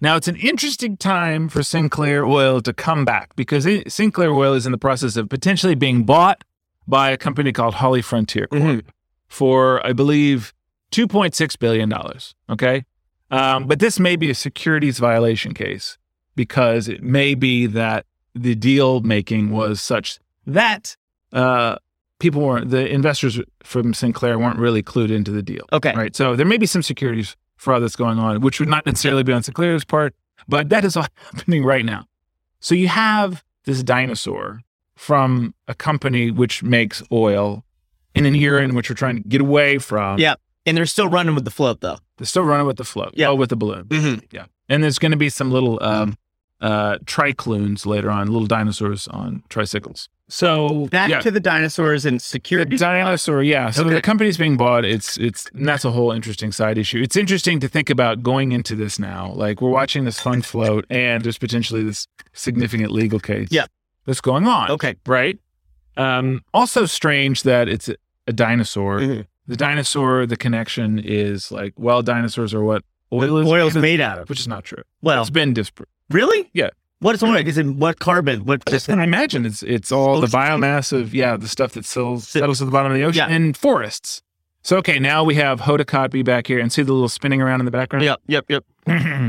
[SPEAKER 4] Now it's an interesting time for Sinclair Oil to come back because it, Sinclair Oil is in the process of potentially being bought by a company called Holly Frontier
[SPEAKER 1] Mm-hmm.
[SPEAKER 4] for I believe two point six billion dollars. Okay, um, but this may be a securities violation case because it may be that the deal making was such that uh, people weren't the investors from Sinclair weren't really clued into the deal.
[SPEAKER 1] Okay.
[SPEAKER 4] right. So there may be some securities fraud that's going on, which would not necessarily be on Sinclair's part, but that is all happening right now. So you have this dinosaur from a company which makes oil in an era in which we're trying to get away from.
[SPEAKER 1] Yeah. And they're still running with the float though.
[SPEAKER 4] They're still running with the float.
[SPEAKER 1] Yeah.
[SPEAKER 4] Oh, with the balloon.
[SPEAKER 1] Mm-hmm.
[SPEAKER 4] Yeah. And there's going to be some little um, uh, tricloons later on, little dinosaurs on tricycles. So
[SPEAKER 1] Back
[SPEAKER 4] yeah.
[SPEAKER 1] to the dinosaurs and security.
[SPEAKER 4] Dinosaur, yeah. So
[SPEAKER 1] Okay.
[SPEAKER 4] the company's being bought. It's it's and that's a whole interesting side issue. It's interesting to think about going into this now. Like we're watching this fun float, and there's potentially this significant legal case.
[SPEAKER 1] Yeah.
[SPEAKER 4] that's going on.
[SPEAKER 1] Okay.
[SPEAKER 4] right. Um, also strange that it's a, a dinosaur.
[SPEAKER 1] Mhm.
[SPEAKER 4] The dinosaur, the connection is like, well, dinosaurs are what oil is,
[SPEAKER 1] Oil's made out of.
[SPEAKER 4] which is not true.
[SPEAKER 1] Well,
[SPEAKER 4] It's been disproved.
[SPEAKER 1] really?
[SPEAKER 4] Yeah.
[SPEAKER 1] What is oil? Is it what carbon? What just
[SPEAKER 4] And I imagine it's it's all the
[SPEAKER 1] Ocean.
[SPEAKER 4] biomass of yeah the stuff that still
[SPEAKER 1] Si-
[SPEAKER 4] settles to the bottom of the ocean
[SPEAKER 1] Yeah.
[SPEAKER 4] and forests. So okay, now we have Hodakotb back here and see the little spinning around in the background.
[SPEAKER 1] Yep, yep, yep.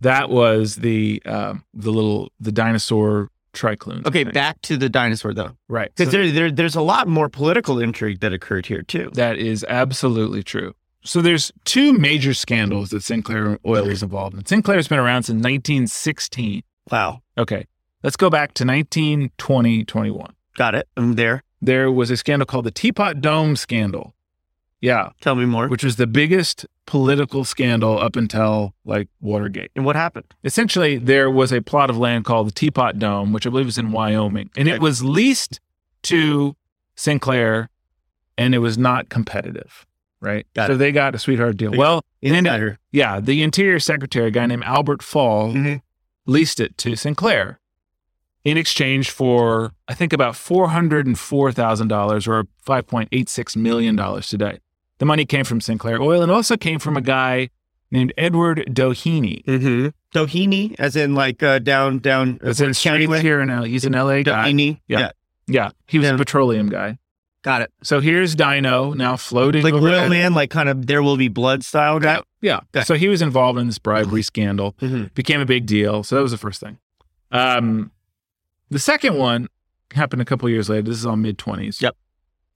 [SPEAKER 4] that was the uh, the little the dinosaur triclone.
[SPEAKER 1] Okay,
[SPEAKER 4] thing.
[SPEAKER 1] back to the dinosaur though,
[SPEAKER 4] right.
[SPEAKER 1] because
[SPEAKER 4] So
[SPEAKER 1] there, there, there's a lot more political intrigue that occurred here too.
[SPEAKER 4] that is absolutely true. So there's two major scandals that Sinclair Oil was involved in. Sinclair's been around since 1916.
[SPEAKER 1] Wow,
[SPEAKER 4] Okay, let's go back to 1920 21.
[SPEAKER 1] got it. I'm there.
[SPEAKER 4] there was a scandal called the Teapot Dome scandal. Yeah,
[SPEAKER 1] Tell me more.
[SPEAKER 4] which was the biggest political scandal up until like Watergate.
[SPEAKER 1] and what happened?
[SPEAKER 4] Essentially, there was a plot of land called the Teapot Dome, which I believe is in Wyoming, and it was leased to Sinclair and it was not competitive, right?
[SPEAKER 1] Got
[SPEAKER 4] so
[SPEAKER 1] it.
[SPEAKER 4] they got a sweetheart deal.
[SPEAKER 1] Yeah.
[SPEAKER 4] Well, and then,
[SPEAKER 1] Insider.
[SPEAKER 4] yeah, the interior secretary, a guy named Albert Fall,
[SPEAKER 1] Mhm.
[SPEAKER 4] leased it to Sinclair in exchange for I think about four hundred and four thousand dollars or five point eight six million dollars today. The money came from Sinclair Oil and also came from a guy named Edward Doheny.
[SPEAKER 1] Mm-hmm. Doheny, as in like uh, down down
[SPEAKER 4] That's in
[SPEAKER 1] County
[SPEAKER 4] streets
[SPEAKER 1] Way.
[SPEAKER 4] here in L. He's an LA guy.
[SPEAKER 1] Doheny.
[SPEAKER 4] Yeah. Yeah, he was a petroleum guy.
[SPEAKER 1] got it.
[SPEAKER 4] So here's Dino now floating
[SPEAKER 1] Like
[SPEAKER 4] over
[SPEAKER 1] Royal Man, like kind of there will be blood style guy.
[SPEAKER 4] Yeah.
[SPEAKER 1] Okay.
[SPEAKER 4] So he was involved in this bribery scandal,
[SPEAKER 1] Mhm.
[SPEAKER 4] became a big deal. So that was the first thing. Um, the second one happened a couple years later. This is all mid 20s.
[SPEAKER 1] Yep.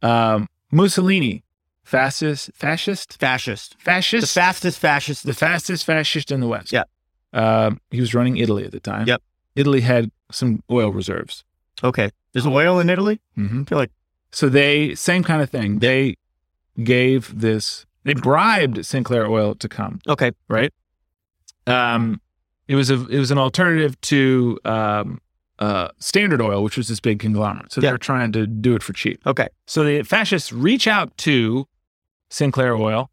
[SPEAKER 4] Um, Mussolini, fascist, fascist,
[SPEAKER 1] Fascist. The
[SPEAKER 4] fascist,
[SPEAKER 1] fastest fascist.
[SPEAKER 4] the fastest fascist in the West.
[SPEAKER 1] Yep.
[SPEAKER 4] Um, he was running Italy at the time.
[SPEAKER 1] Yep.
[SPEAKER 4] Italy had some oil reserves.
[SPEAKER 1] okay. There's oil in Italy.
[SPEAKER 4] hmm
[SPEAKER 1] I feel like
[SPEAKER 4] So they, same kind of thing. They gave this, they bribed Sinclair Oil to come.
[SPEAKER 1] okay.
[SPEAKER 4] right? Um, it was a it was an alternative to um, uh, Standard Oil, which was this big conglomerate. So
[SPEAKER 1] Yeah.
[SPEAKER 4] they're trying to do it for cheap.
[SPEAKER 1] Okay.
[SPEAKER 4] So the fascists reach out to Sinclair Oil,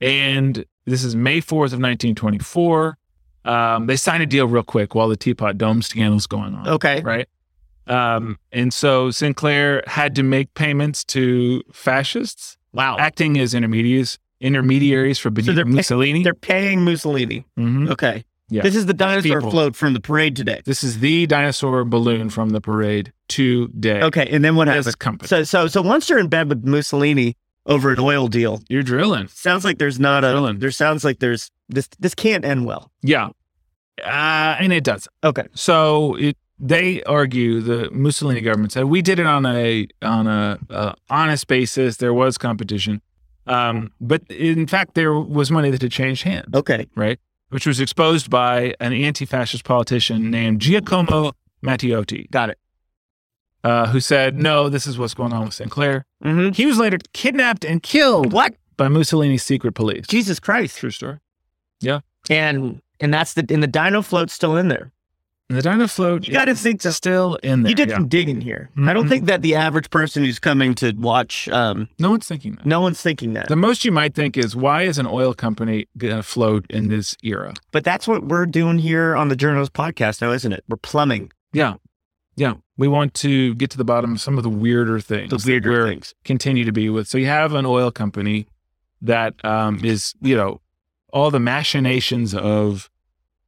[SPEAKER 4] and this is May fourth of nineteen twenty four. Um, they sign a deal real quick while the Teapot Dome scandal's going on.
[SPEAKER 1] Okay.
[SPEAKER 4] Right. Um, and so Sinclair had to make payments to fascists
[SPEAKER 1] Wow.
[SPEAKER 4] acting as intermediaries intermediaries for Benito
[SPEAKER 1] they're-
[SPEAKER 4] Mussolini.
[SPEAKER 1] They're paying Mussolini.
[SPEAKER 4] Mhm.
[SPEAKER 1] Okay.
[SPEAKER 4] Yeah.
[SPEAKER 1] This is the dinosaur
[SPEAKER 4] People.
[SPEAKER 1] float from the parade today.
[SPEAKER 4] This is the dinosaur balloon from the parade today.
[SPEAKER 1] Okay. And then what
[SPEAKER 4] This
[SPEAKER 1] happens?
[SPEAKER 4] company.
[SPEAKER 1] So so so once you're in bed with Mussolini over an oil deal,
[SPEAKER 4] You're drilling.
[SPEAKER 1] sounds like there's not a
[SPEAKER 4] Villain.
[SPEAKER 1] there sounds like there's this this can't end well.
[SPEAKER 4] Yeah. Uh, and it does.
[SPEAKER 1] Okay.
[SPEAKER 4] So it, they argue the Mussolini government said we did it on a on a uh, honest basis. There was competition, um, but in fact there was money that had changed hands.
[SPEAKER 1] Okay.
[SPEAKER 4] right? Which was exposed by an anti fascist politician named Giacomo Matteotti. Got it. Uh, who said, no, this is what's going on with Sinclair.
[SPEAKER 1] Mm-hmm.
[SPEAKER 4] He was later kidnapped and killed
[SPEAKER 1] What?
[SPEAKER 4] by Mussolini's secret police.
[SPEAKER 1] Jesus Christ.
[SPEAKER 4] True story.
[SPEAKER 1] And and that's the and the dino float's still in there.
[SPEAKER 4] And the dino float
[SPEAKER 1] You gotta
[SPEAKER 4] is
[SPEAKER 1] think so.
[SPEAKER 4] still in there.
[SPEAKER 1] You did
[SPEAKER 4] Yeah.
[SPEAKER 1] some digging here. I don't
[SPEAKER 4] Mhm.
[SPEAKER 1] think that the average person who's coming to watch, um,
[SPEAKER 4] No one's thinking that.
[SPEAKER 1] no one's thinking that.
[SPEAKER 4] The most you might think is, why is an oil company going to float in this era?
[SPEAKER 1] But that's what we're doing here on the Journals podcast now, isn't it? We're plumbing
[SPEAKER 4] Yeah. Yeah. We want to get to the bottom of some of the weirder things.
[SPEAKER 1] the
[SPEAKER 4] that
[SPEAKER 1] weirder
[SPEAKER 4] we're-
[SPEAKER 1] things.
[SPEAKER 4] continue to be with. So you have an oil company that um, is, you know, all the machinations of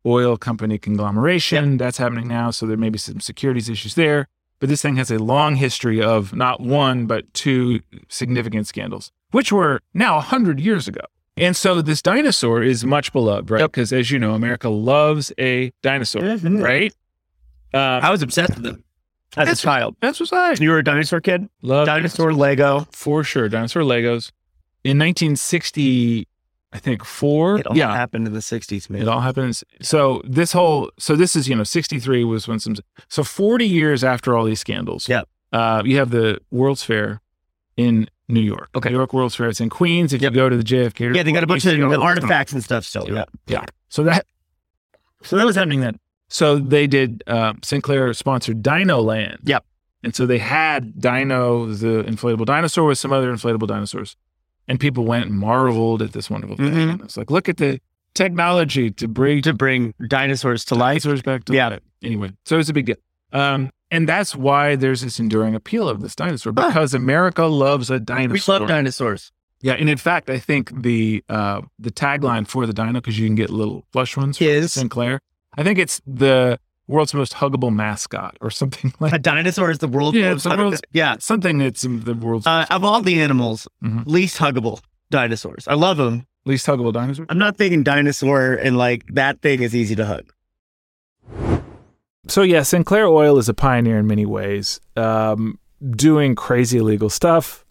[SPEAKER 4] oil company conglomeration that's happening now. So there may be some securities issues there. But this thing has a long history of not one, but two significant scandals, which were now 100 years ago. And so this dinosaur is much beloved, right? Because as you know, America loves a dinosaur, right? Uh,
[SPEAKER 1] I was obsessed with them as
[SPEAKER 4] That's-
[SPEAKER 1] a child.
[SPEAKER 4] that's what's I
[SPEAKER 1] You were a dinosaur kid?
[SPEAKER 4] love.
[SPEAKER 1] Dinosaur Lego.
[SPEAKER 4] for sure. Dinosaur Legos in 1960, I think four.
[SPEAKER 1] It all
[SPEAKER 4] yeah,
[SPEAKER 1] happened in the 60s, man.
[SPEAKER 4] it all happens. So this whole, so this is you know 63 was when some, so 40 years after all these scandals.
[SPEAKER 1] Yep.
[SPEAKER 4] Uh, you have the World's Fair in New York.
[SPEAKER 1] Okay.
[SPEAKER 4] New York World's Fair. It's in Queens. If
[SPEAKER 1] Yep.
[SPEAKER 4] you go to the JFK,
[SPEAKER 1] yeah, they got a bunch
[SPEAKER 4] you see
[SPEAKER 1] of
[SPEAKER 4] all this stuff.
[SPEAKER 1] artifacts and stuff still. Yeah.
[SPEAKER 4] So that, so that was happening then. So they did. Uh, Sinclair sponsored Dino Land.
[SPEAKER 1] Yep.
[SPEAKER 4] And so they had Dino, the inflatable dinosaur, with some other inflatable dinosaurs, and people went and marveled at this wonderful thing.
[SPEAKER 1] Mhm.
[SPEAKER 4] And it's like, look at the technology to bring
[SPEAKER 1] To bring dinosaurs to life.
[SPEAKER 4] dinosaurs back to
[SPEAKER 1] Yeah.
[SPEAKER 4] life. Anyway, so it's a big deal. Um, and that's why there's this enduring appeal of this dinosaur because America loves a
[SPEAKER 1] We
[SPEAKER 4] dinosaur.
[SPEAKER 1] love dinosaurs.
[SPEAKER 4] yeah, and in fact, I think the uh, the tagline for the dino because you can get little plush ones
[SPEAKER 1] Is
[SPEAKER 4] Sinclair. I think it's the world's most huggable mascot or something like
[SPEAKER 1] a dinosaur is the world.
[SPEAKER 4] Yeah, it's the world's-
[SPEAKER 1] yeah.
[SPEAKER 4] something that's in the world's
[SPEAKER 1] Uh, of all the animals,
[SPEAKER 8] Mm-hmm.
[SPEAKER 4] Mhm.
[SPEAKER 1] least huggable dinosaurs. I love them.
[SPEAKER 4] least huggable dinosaur.
[SPEAKER 1] I'm not thinking dinosaur and like that thing is easy to hug.
[SPEAKER 7] So yeah, Sinclair Oil is a pioneer in many ways, um, doing crazy illegal stuff,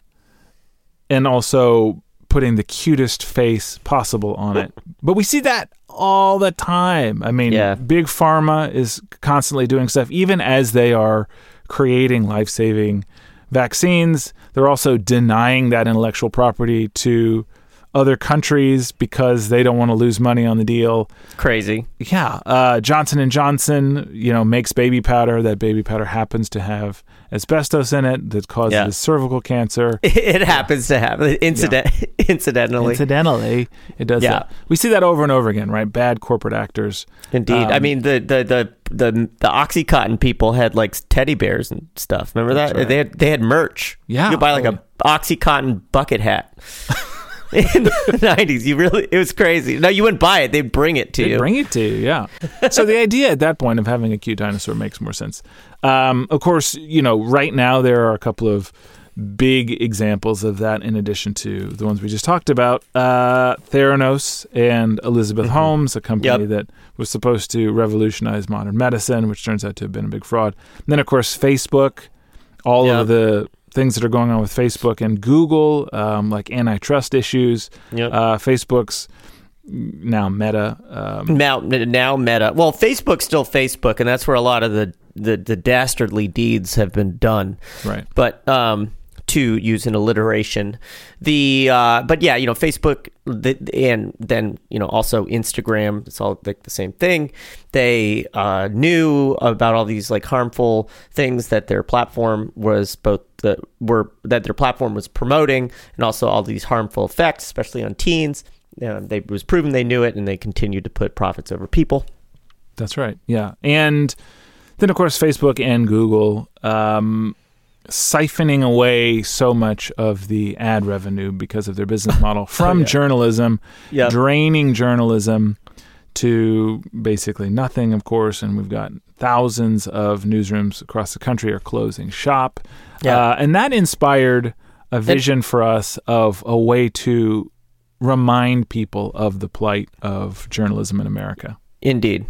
[SPEAKER 7] and also putting the cutest face possible on it. But we see that all the time. I mean,
[SPEAKER 5] Yeah.
[SPEAKER 7] big pharma is constantly doing stuff, even as they are creating life-saving vaccines. They're also denying that intellectual property to other countries because they don't want to lose money on the deal
[SPEAKER 5] Crazy.
[SPEAKER 7] yeah, uh, Johnson and Johnson, you know, makes baby powder. That baby powder happens to have asbestos in it that causes
[SPEAKER 5] Yeah.
[SPEAKER 7] cervical cancer.
[SPEAKER 5] It happens to happen. Incident, incidentally.
[SPEAKER 7] Incidentally, it does
[SPEAKER 5] Yeah.
[SPEAKER 7] that. We see that over and over again, right? Bad corporate actors.
[SPEAKER 5] Indeed. I
[SPEAKER 7] Um,
[SPEAKER 5] mean the the the the the OxyContin people had like teddy bears and stuff. Remember that? They had they had merch.
[SPEAKER 7] Yeah.
[SPEAKER 5] You could buy like
[SPEAKER 7] Oh,
[SPEAKER 5] a OxyContin bucket hat. in the nineties. You really it was crazy. No, you wouldn't buy it. They'd bring it to
[SPEAKER 4] They
[SPEAKER 5] you.
[SPEAKER 4] Bring it to you, yeah. so the idea at that point of having a cute dinosaur makes more sense. Um, of course, you know, right now there are a couple of big examples of that in addition to the ones we just talked about. Uh, Theranos and Elizabeth Holmes, a company
[SPEAKER 5] Mm-hmm. Yep.
[SPEAKER 4] that was supposed to revolutionize modern medicine, which turns out to have been a big fraud. And then, of course, Facebook, all
[SPEAKER 5] Yep.
[SPEAKER 4] of the things that are going on with Facebook and Google, um, like antitrust issues,
[SPEAKER 5] Yep.
[SPEAKER 4] uh, Facebook's now Meta. Um,
[SPEAKER 5] now, now Meta. Well, Facebook's still Facebook, and that's where a lot of the, the, the dastardly deeds have been done.
[SPEAKER 4] Right.
[SPEAKER 5] But um, to use an alliteration, the uh, but yeah, you know, Facebook the, and then you know also Instagram. It's all like the same thing. They uh, knew about all these like harmful things that their platform was both the were that their platform was promoting, and also all these harmful effects, especially on teens. Um, they it was proven they knew it, and they continued to put profits over people.
[SPEAKER 4] That's right. Yeah. And then, of course, Facebook and Google um, siphoning away so much of the ad revenue because of their business model from journalism,
[SPEAKER 5] Yeah.
[SPEAKER 4] draining journalism to basically nothing, of course. And we've got thousands of newsrooms across the country are closing shop.
[SPEAKER 5] Yeah.
[SPEAKER 4] Uh, and that inspired a vision for us of a way to remind people of the plight of journalism in America.
[SPEAKER 5] Indeed.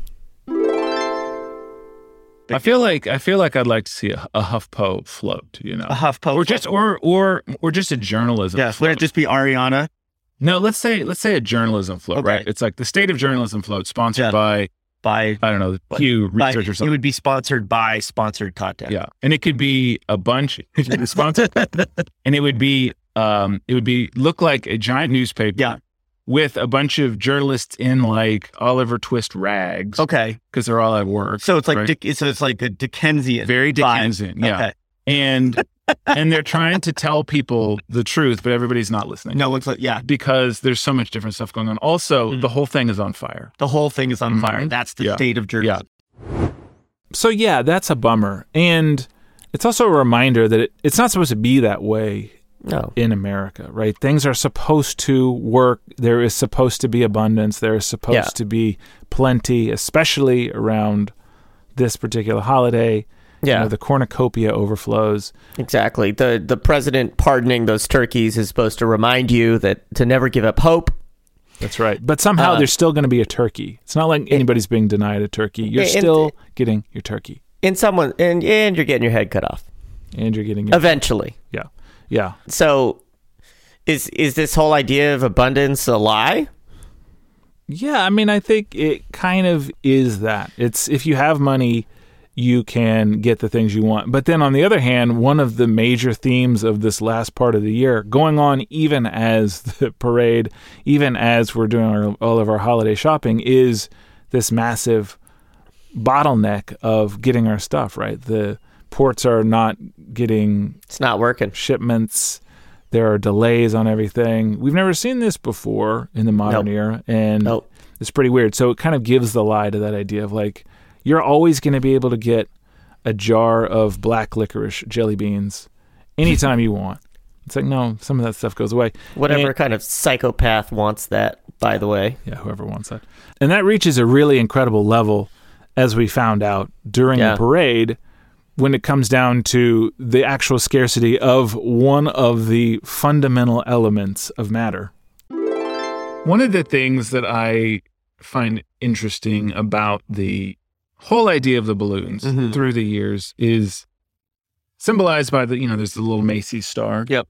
[SPEAKER 8] I feel like I feel like I'd like to see a, a HuffPo float, you know,
[SPEAKER 1] A HuffPo
[SPEAKER 8] or just or or or just a journalism.
[SPEAKER 1] Yes, would it just be Ariana?
[SPEAKER 8] No, let's say let's say a journalism float,
[SPEAKER 1] Okay.
[SPEAKER 8] right? It's like the state of journalism float, sponsored
[SPEAKER 1] Yeah.
[SPEAKER 8] by
[SPEAKER 1] By,
[SPEAKER 8] I don't know the Pew
[SPEAKER 1] by
[SPEAKER 8] Research or
[SPEAKER 1] it
[SPEAKER 8] something.
[SPEAKER 1] would be sponsored by sponsored content.
[SPEAKER 8] yeah, and it could be a bunch. It could be sponsored, and it would be um, it would be look like a giant newspaper.
[SPEAKER 1] Yeah.
[SPEAKER 8] With a bunch of journalists in like Oliver Twist rags
[SPEAKER 1] Okay.
[SPEAKER 8] because they're all at work.
[SPEAKER 1] So it's like
[SPEAKER 8] right?
[SPEAKER 1] Dick, so it's like a Dickensian.
[SPEAKER 8] very
[SPEAKER 1] vibe.
[SPEAKER 8] Dickensian, yeah.
[SPEAKER 1] Okay.
[SPEAKER 8] and and they're trying to tell people the truth, but everybody's not listening.
[SPEAKER 1] No, it's like yeah.
[SPEAKER 8] because there's so much different stuff going on. Also,
[SPEAKER 1] Mm.
[SPEAKER 8] the whole thing is on fire.
[SPEAKER 1] The whole thing is on fire.
[SPEAKER 8] Mhm.
[SPEAKER 1] That's the
[SPEAKER 8] Yeah.
[SPEAKER 1] state of Jersey.
[SPEAKER 8] Yeah.
[SPEAKER 4] So yeah, that's a bummer, and it's also a reminder that it, it's not supposed to be that way
[SPEAKER 5] No.
[SPEAKER 4] in America, right? Things are supposed to work. There is supposed to be abundance. There is supposed
[SPEAKER 5] Yeah.
[SPEAKER 4] to be plenty, especially around this particular holiday. You
[SPEAKER 5] Yeah.
[SPEAKER 4] know, the cornucopia overflows.
[SPEAKER 5] Exactly. The the president pardoning those turkeys is supposed to remind you that to never give up hope.
[SPEAKER 4] That's right. But somehow
[SPEAKER 5] Uh,
[SPEAKER 4] there's still going to be a turkey. It's not like anybody's being denied a turkey. You're
[SPEAKER 5] and-
[SPEAKER 4] still getting your turkey,
[SPEAKER 5] And someone and and you're getting your head cut off
[SPEAKER 4] and you're getting your
[SPEAKER 5] eventually.
[SPEAKER 4] yeah, yeah.
[SPEAKER 5] So is is this whole idea of abundance a lie?
[SPEAKER 4] Yeah, I mean, I think it kind of is that. It's if you have money, you can get the things you want. But then on the other hand, one of the major themes of this last part of the year, going on even as the parade, even as we're doing our, all of our holiday shopping, is this massive bottleneck of getting our stuff, right? The ports are not getting
[SPEAKER 5] It's not working.
[SPEAKER 4] shipments. There are delays on everything. We've never seen this before in the modern
[SPEAKER 5] Nope.
[SPEAKER 4] era, and
[SPEAKER 5] Nope.
[SPEAKER 4] it's pretty weird. So it kind of gives the lie to that idea of like you're always going to be able to get a jar of black licorice jelly beans anytime you want. It's like no, some of that stuff goes away.
[SPEAKER 5] Whatever
[SPEAKER 4] And-
[SPEAKER 5] kind of psychopath wants that, by the way.
[SPEAKER 4] yeah, whoever wants that. And that reaches a really incredible level, as we found out during
[SPEAKER 5] Yeah.
[SPEAKER 4] the parade, when it comes down to the actual scarcity of one of the fundamental elements of matter.
[SPEAKER 8] One of the things that I find interesting about the whole idea of the balloons
[SPEAKER 1] Mhm.
[SPEAKER 8] through the years is symbolized by the you know there's the little Macy's star.
[SPEAKER 1] Yep.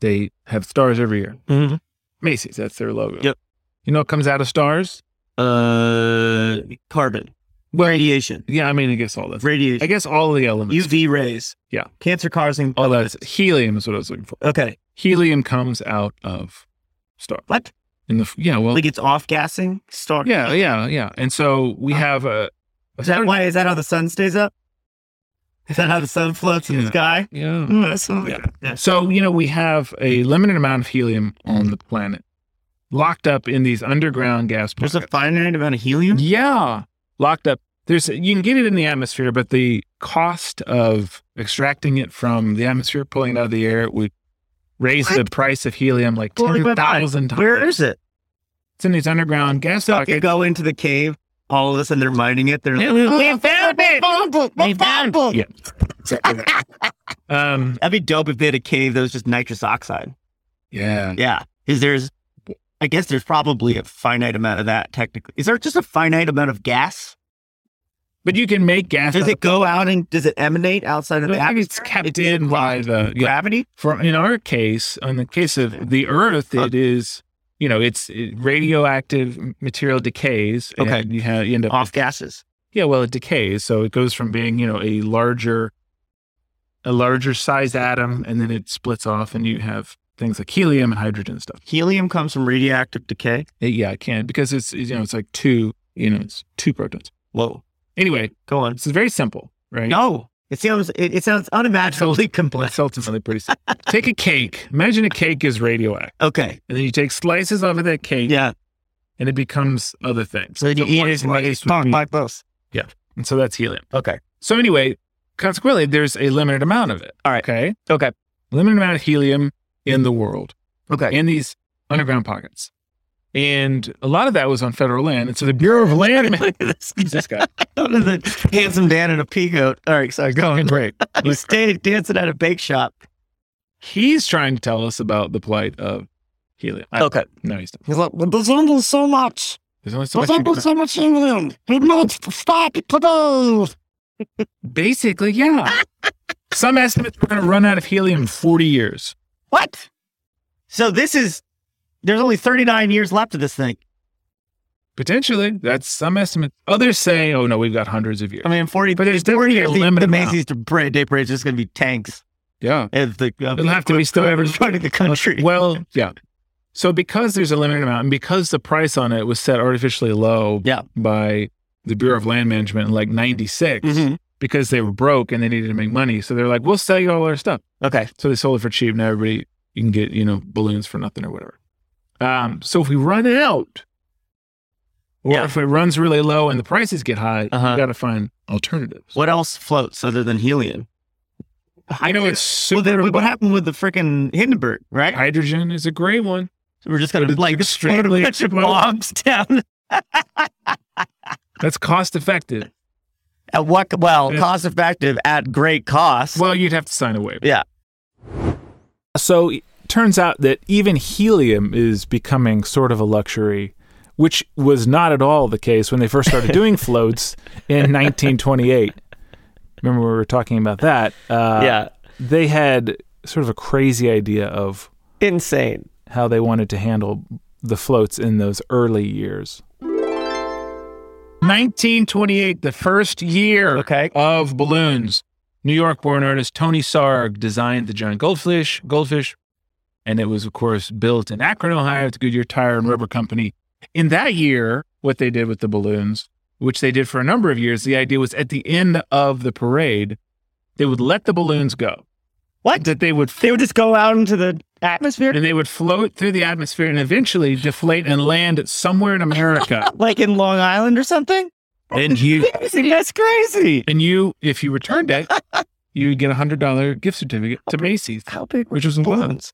[SPEAKER 8] They have stars every year.
[SPEAKER 1] Mhm.
[SPEAKER 8] Macy's, that's their logo.
[SPEAKER 1] Yep.
[SPEAKER 8] You know what comes out of stars?
[SPEAKER 1] Uh, carbon,
[SPEAKER 8] Well,
[SPEAKER 1] radiation,
[SPEAKER 8] yeah, I mean, I guess all that. I
[SPEAKER 1] radiation,
[SPEAKER 8] guess all the elements.
[SPEAKER 1] UV rays.
[SPEAKER 8] Yeah.
[SPEAKER 1] Cancer causing.
[SPEAKER 8] all that helium is what I was looking for.
[SPEAKER 1] Okay.
[SPEAKER 8] Helium comes out of star.
[SPEAKER 1] What?
[SPEAKER 8] In the yeah, well,
[SPEAKER 1] Like it's off gassing. Star.
[SPEAKER 8] yeah, yeah, yeah. And so we have a.
[SPEAKER 1] Is that why? Is that how the sun stays up? Is that how the sun floats in the
[SPEAKER 8] Yeah.
[SPEAKER 1] sky?
[SPEAKER 8] Yeah.
[SPEAKER 1] Mm, that's so
[SPEAKER 8] Yeah.
[SPEAKER 1] Yeah.
[SPEAKER 8] So, you know, we have a limited amount of helium on the planet locked up in these underground gas
[SPEAKER 1] There's
[SPEAKER 8] pockets.
[SPEAKER 1] a finite amount of helium.
[SPEAKER 8] yeah, locked up. There's you can get it in the atmosphere, but the cost of extracting it from the atmosphere, pulling it out of the air would
[SPEAKER 4] raise the price of helium like
[SPEAKER 1] Blown my
[SPEAKER 4] ten
[SPEAKER 1] mind.
[SPEAKER 4] thousand times.
[SPEAKER 1] Where is it?
[SPEAKER 4] It's in these underground gas
[SPEAKER 1] So you
[SPEAKER 4] pockets.
[SPEAKER 1] go into the cave, all of a sudden they're mining it. They're like,
[SPEAKER 4] We found it. We found it. Yeah. Um.
[SPEAKER 1] that'd be dope if they had a cave that was just nitrous oxide.
[SPEAKER 4] Yeah.
[SPEAKER 1] Yeah. Is there's, I guess there's probably a finite amount of that technically. Is there just a finite amount of gas?
[SPEAKER 4] But you can make gas.
[SPEAKER 1] Does
[SPEAKER 4] out
[SPEAKER 1] it go out and does it emanate outside of the
[SPEAKER 4] I think it's
[SPEAKER 1] atmosphere?
[SPEAKER 4] kept
[SPEAKER 1] It's
[SPEAKER 4] in by the yeah.
[SPEAKER 1] gravity?
[SPEAKER 4] For in our case, in the case of the Earth,
[SPEAKER 1] Uh,
[SPEAKER 4] it is you know it's it, radioactive material decays. and
[SPEAKER 1] Okay.
[SPEAKER 4] you, have, you end up
[SPEAKER 1] Off gases.
[SPEAKER 4] yeah. Well, it decays, so it goes from being you know a larger, a larger sized atom, and then it splits off, and you have things like helium and hydrogen and stuff.
[SPEAKER 1] Helium comes from radioactive decay.
[SPEAKER 4] It- yeah, it can because it's you know it's like two you know it's two protons.
[SPEAKER 1] Whoa.
[SPEAKER 4] Anyway,
[SPEAKER 1] Go on.
[SPEAKER 4] it's very simple, right?
[SPEAKER 1] No. It sounds it, it sounds unimaginably complex.
[SPEAKER 4] It's ultimately pretty simple. Take a cake. Imagine a cake is radioactive.
[SPEAKER 1] Okay.
[SPEAKER 4] And then you take slices off of that cake
[SPEAKER 1] Yeah.
[SPEAKER 4] and it becomes other things.
[SPEAKER 1] So then you eat
[SPEAKER 4] one
[SPEAKER 1] it and
[SPEAKER 4] slice
[SPEAKER 1] it's
[SPEAKER 4] would be-
[SPEAKER 1] like this.
[SPEAKER 4] and so that's helium.
[SPEAKER 1] Okay.
[SPEAKER 4] So anyway, consequently, there's a limited amount of it.
[SPEAKER 1] All right.
[SPEAKER 4] Okay.
[SPEAKER 1] Okay.
[SPEAKER 4] Limited amount of helium in the world,
[SPEAKER 1] Okay.
[SPEAKER 4] in these underground pockets. And a lot of that was on federal land. And so the Bureau of Land this guy.
[SPEAKER 1] Out of the handsome Dan and a pea goat. All right, sorry, go on.
[SPEAKER 4] Great.
[SPEAKER 1] He stayed dancing at a bake shop.
[SPEAKER 4] He's trying to tell us about the plight of helium. I-
[SPEAKER 1] Okay.
[SPEAKER 4] No, he's not.
[SPEAKER 1] He's like, well, there's only so much.
[SPEAKER 4] There's only so
[SPEAKER 1] There's
[SPEAKER 4] much. you
[SPEAKER 1] only
[SPEAKER 4] can-
[SPEAKER 1] so much helium. We must stop today.
[SPEAKER 4] Basically, yeah. Some estimates we're going to run out of helium in 40 years.
[SPEAKER 1] What? So this is, there's only 39 years left of this thing.
[SPEAKER 4] Potentially, that's some estimate. Others say, "Oh no, we've got hundreds of years."
[SPEAKER 1] I mean, 40,
[SPEAKER 4] But there's
[SPEAKER 1] 40
[SPEAKER 4] definitely a
[SPEAKER 1] years, the,
[SPEAKER 4] limited
[SPEAKER 1] the
[SPEAKER 4] amount.
[SPEAKER 1] Macy's to Bra- Day Parade is just going to be tanks.
[SPEAKER 4] Yeah,
[SPEAKER 1] As the, uh,
[SPEAKER 4] it'll have to be still ever.
[SPEAKER 1] running the country.
[SPEAKER 4] Well, yeah. So because there's a limited amount, and because the price on it was set artificially low,
[SPEAKER 1] Yeah.
[SPEAKER 4] by the Bureau of Land Management in like '96,
[SPEAKER 1] mm-hmm.
[SPEAKER 4] because they were broke and they needed to make money, so they're like, "We'll sell you all our stuff."
[SPEAKER 1] Okay.
[SPEAKER 4] So they sold it for cheap. Now everybody you can get you know balloons for nothing or whatever. Um, so if we run out, or
[SPEAKER 1] Yeah.
[SPEAKER 4] if it runs really low and the prices get high,
[SPEAKER 1] Uh-huh.
[SPEAKER 4] you got to find alternatives.
[SPEAKER 1] What else floats other than helium?
[SPEAKER 4] I know it's
[SPEAKER 1] Well,
[SPEAKER 4] super.
[SPEAKER 1] then what happened with the freaking Hindenburg, right?
[SPEAKER 4] Hydrogen is a great one.
[SPEAKER 1] So we're just going to
[SPEAKER 4] It's
[SPEAKER 1] like straight a
[SPEAKER 4] extremely
[SPEAKER 1] bunch of
[SPEAKER 4] explosive.
[SPEAKER 1] bombs down.
[SPEAKER 4] That's cost effective.
[SPEAKER 1] At what? Well,
[SPEAKER 4] Yeah.
[SPEAKER 1] cost effective at great cost.
[SPEAKER 4] Well, you'd have to sign a waiver.
[SPEAKER 1] yeah.
[SPEAKER 7] So it turns out that even helium is becoming sort of a luxury, which was not at all the case when they first started doing floats in 1928. Remember, we were talking about that. Uh,
[SPEAKER 5] yeah,
[SPEAKER 7] They had sort of a crazy idea of
[SPEAKER 5] insane.
[SPEAKER 7] how they wanted to handle the floats in those early years.
[SPEAKER 4] 1928, the first year
[SPEAKER 1] Okay.
[SPEAKER 4] of balloons. New York born artist Tony Sarg designed the giant goldfish, goldfish, and it was, of course, built in Akron, Ohio at the Goodyear Tire and Rubber Company. In that year, what they did with the balloons, which they did for a number of years, the idea was at the end of the parade, they would let the balloons go.
[SPEAKER 1] What?
[SPEAKER 4] That they would
[SPEAKER 1] They would just go out into the atmosphere,
[SPEAKER 4] and they would float through the atmosphere and eventually deflate and land somewhere in America.
[SPEAKER 1] like in Long Island or something.
[SPEAKER 4] and you
[SPEAKER 1] Crazy, That's crazy.
[SPEAKER 4] and you, if you returned it, you would get a hundred dollar gift certificate to Macy's,
[SPEAKER 1] How big were
[SPEAKER 4] which was a
[SPEAKER 1] the
[SPEAKER 4] lot.
[SPEAKER 1] balloons?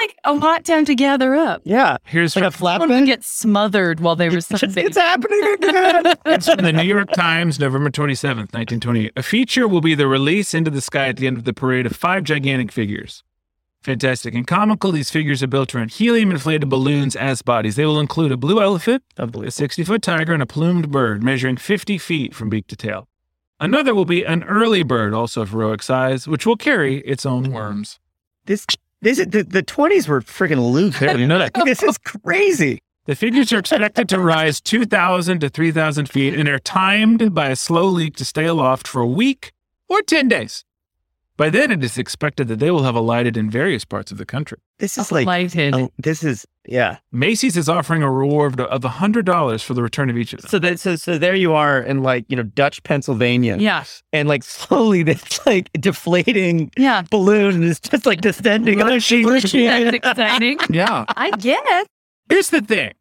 [SPEAKER 9] like a lot time to gather up.
[SPEAKER 1] Yeah, it's
[SPEAKER 4] Here's
[SPEAKER 1] like a
[SPEAKER 9] Everyone
[SPEAKER 1] flatbed.
[SPEAKER 9] get smothered while they were
[SPEAKER 1] It's,
[SPEAKER 9] sunbathing.
[SPEAKER 1] it's happening again.
[SPEAKER 4] It's from the New York Times, November 27th, 1928. A feature will be the release into the sky at the end of the parade of five gigantic figures. Fantastic and comical, these figures are built around helium inflated balloons as bodies. They will include a blue elephant, a 60 foot tiger, and a plumed bird measuring 50 feet from beak to tail. Another will be an early bird, also of heroic size, which will carry its own worms.
[SPEAKER 1] this, this, the the twenties were freaking
[SPEAKER 4] There,
[SPEAKER 1] lucrative.
[SPEAKER 4] you know that.
[SPEAKER 1] this is crazy.
[SPEAKER 4] The figures are expected to rise 2,000 to 3,000 feet and are timed by a slow leak to stay aloft for a week or 10 days. By then, it is expected that they will have alighted in various parts of the country.
[SPEAKER 1] This is like,
[SPEAKER 9] lighted.
[SPEAKER 1] oh, this is yeah.
[SPEAKER 4] Macy's is offering a reward of $100 for the return of each of them.
[SPEAKER 1] So that so so there you are in like you know Dutch Pennsylvania,
[SPEAKER 9] yeah,
[SPEAKER 1] and like slowly this like deflating
[SPEAKER 9] yeah.
[SPEAKER 1] balloon is just like descending. on
[SPEAKER 9] That's
[SPEAKER 1] the
[SPEAKER 9] exciting.
[SPEAKER 4] Yeah.
[SPEAKER 9] I guess.
[SPEAKER 4] Here's the thing.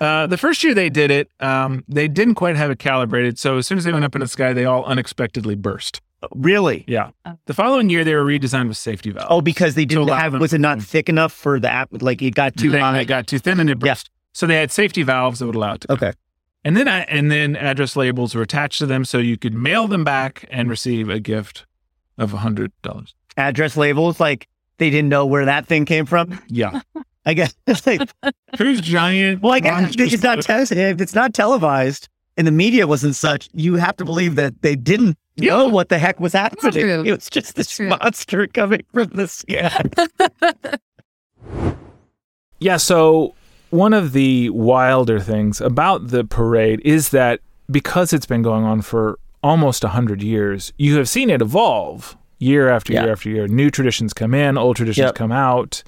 [SPEAKER 4] Uh, the first year they did it, um, they didn't quite have it calibrated. So as soon as they went up in the sky, they all unexpectedly burst.
[SPEAKER 1] Really?
[SPEAKER 4] Yeah. The following year, they were redesigned with safety valves.
[SPEAKER 1] Oh, because they didn't
[SPEAKER 4] allow
[SPEAKER 1] have
[SPEAKER 4] them-
[SPEAKER 1] was it not thick enough for the app? Like it got too
[SPEAKER 4] Then
[SPEAKER 1] high.
[SPEAKER 4] it got too thin and it
[SPEAKER 1] Yeah.
[SPEAKER 4] burst. So they had safety valves that would allow it to.
[SPEAKER 1] okay.
[SPEAKER 4] And then I, and then address labels were attached to them, so you could mail them back and receive a gift of hundred dollars.
[SPEAKER 1] Address labels like they didn't know where that thing came from.
[SPEAKER 4] Yeah,
[SPEAKER 1] I guess. like,
[SPEAKER 4] who's giant?
[SPEAKER 1] well, I guess
[SPEAKER 4] monstrous-
[SPEAKER 1] it's not te- if it's not televised and the media wasn't such. You have to believe that they didn't know what the heck was happening.
[SPEAKER 9] True.
[SPEAKER 1] It was just this
[SPEAKER 9] True.
[SPEAKER 1] monster coming from the sky.
[SPEAKER 7] Yeah, so one of the wilder things about the parade is that because it's been going on for almost 100 years, you have seen it evolve year after
[SPEAKER 5] Yeah.
[SPEAKER 7] year after year. New traditions come in, old traditions
[SPEAKER 5] Yep.
[SPEAKER 7] come out,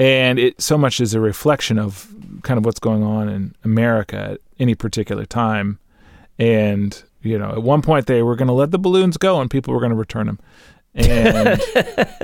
[SPEAKER 7] and it so much is a reflection of kind of what's going on in America at any particular time. And, you know, at one point they were going to let the balloons go and people were going to return them. And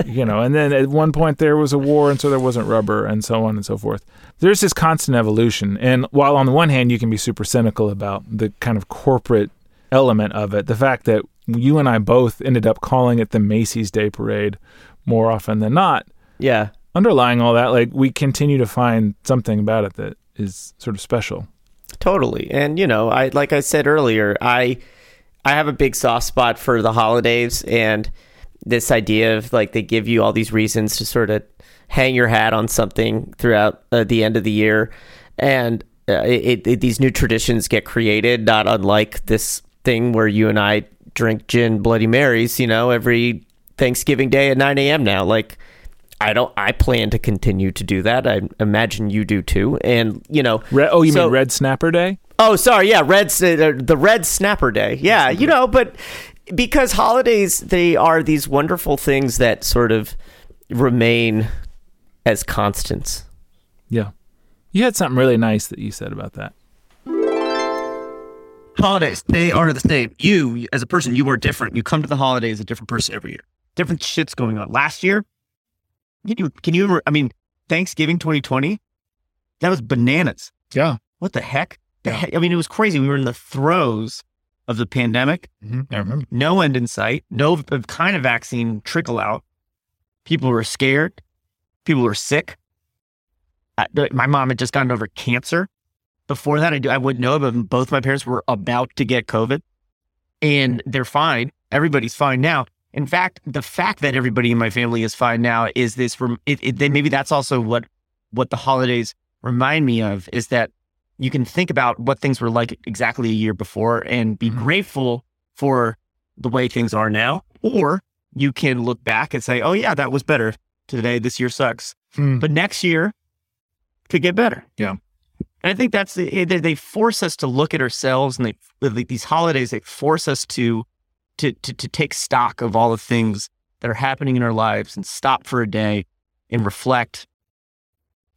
[SPEAKER 7] you know, and then at one point there was a war, and so there wasn't rubber, and so on and so forth. There's this constant evolution. And while on the one hand, you can be super cynical about the kind of corporate element of it, the fact that you and I both ended up calling it the Macy's Day Parade more often than not,
[SPEAKER 5] Yeah.
[SPEAKER 7] underlying all that, like we continue to find something about it that is sort of special.
[SPEAKER 5] Totally. And you know, I like I said earlier, I I have a big soft spot for the holidays and this idea of like they give you all these reasons to sort of hang your hat on something throughout uh, the end of the year and uh, it, it these new traditions get created not unlike this thing where you and I drink gin bloody marys, you know, every Thanksgiving day at 9 a.m. now. Like I don't I plan to continue to do that. I imagine you do too. And you know,
[SPEAKER 7] Re- oh, you
[SPEAKER 5] so-
[SPEAKER 7] mean Red Snapper Day?
[SPEAKER 5] Oh, sorry. Yeah, red s- uh, the red snapper day. Yeah, you know, but because holidays they are these wonderful things that sort of remain as constants.
[SPEAKER 7] Yeah. You had something really nice that you said about that.
[SPEAKER 1] holidays they are the same you as a person you are different you come to the holidays a different person every year different shit's going on last year can you can you remember i mean thanksgiving 2020 that was bananas
[SPEAKER 4] Yeah.
[SPEAKER 1] what the heck, the heck? i mean it was crazy we were in the throes of the pandemic
[SPEAKER 4] Mhm, I remember.
[SPEAKER 1] no end in sight no v- kind of vaccine trickle out people were scared people were sick Uh, th- my mom had just gotten over cancer before that, I, do, I wouldn't know, but both my parents were about to get COVID and they're fine. Everybody's fine now. In fact, the fact that everybody in my family is fine now is this, rem- it, it, then maybe that's also what, what the holidays remind me of is that you can think about what things were like exactly a year before and be grateful for the way things are now. Or you can look back and say, oh, yeah, that was better today. This year sucks.
[SPEAKER 4] Hmm.
[SPEAKER 1] But next year could get better. And I think that's the, eh, they, they force us to look at ourselves and they like these holidays, they force us to, to, to, to take stock of all the things that are happening in our lives and stop for a day and reflect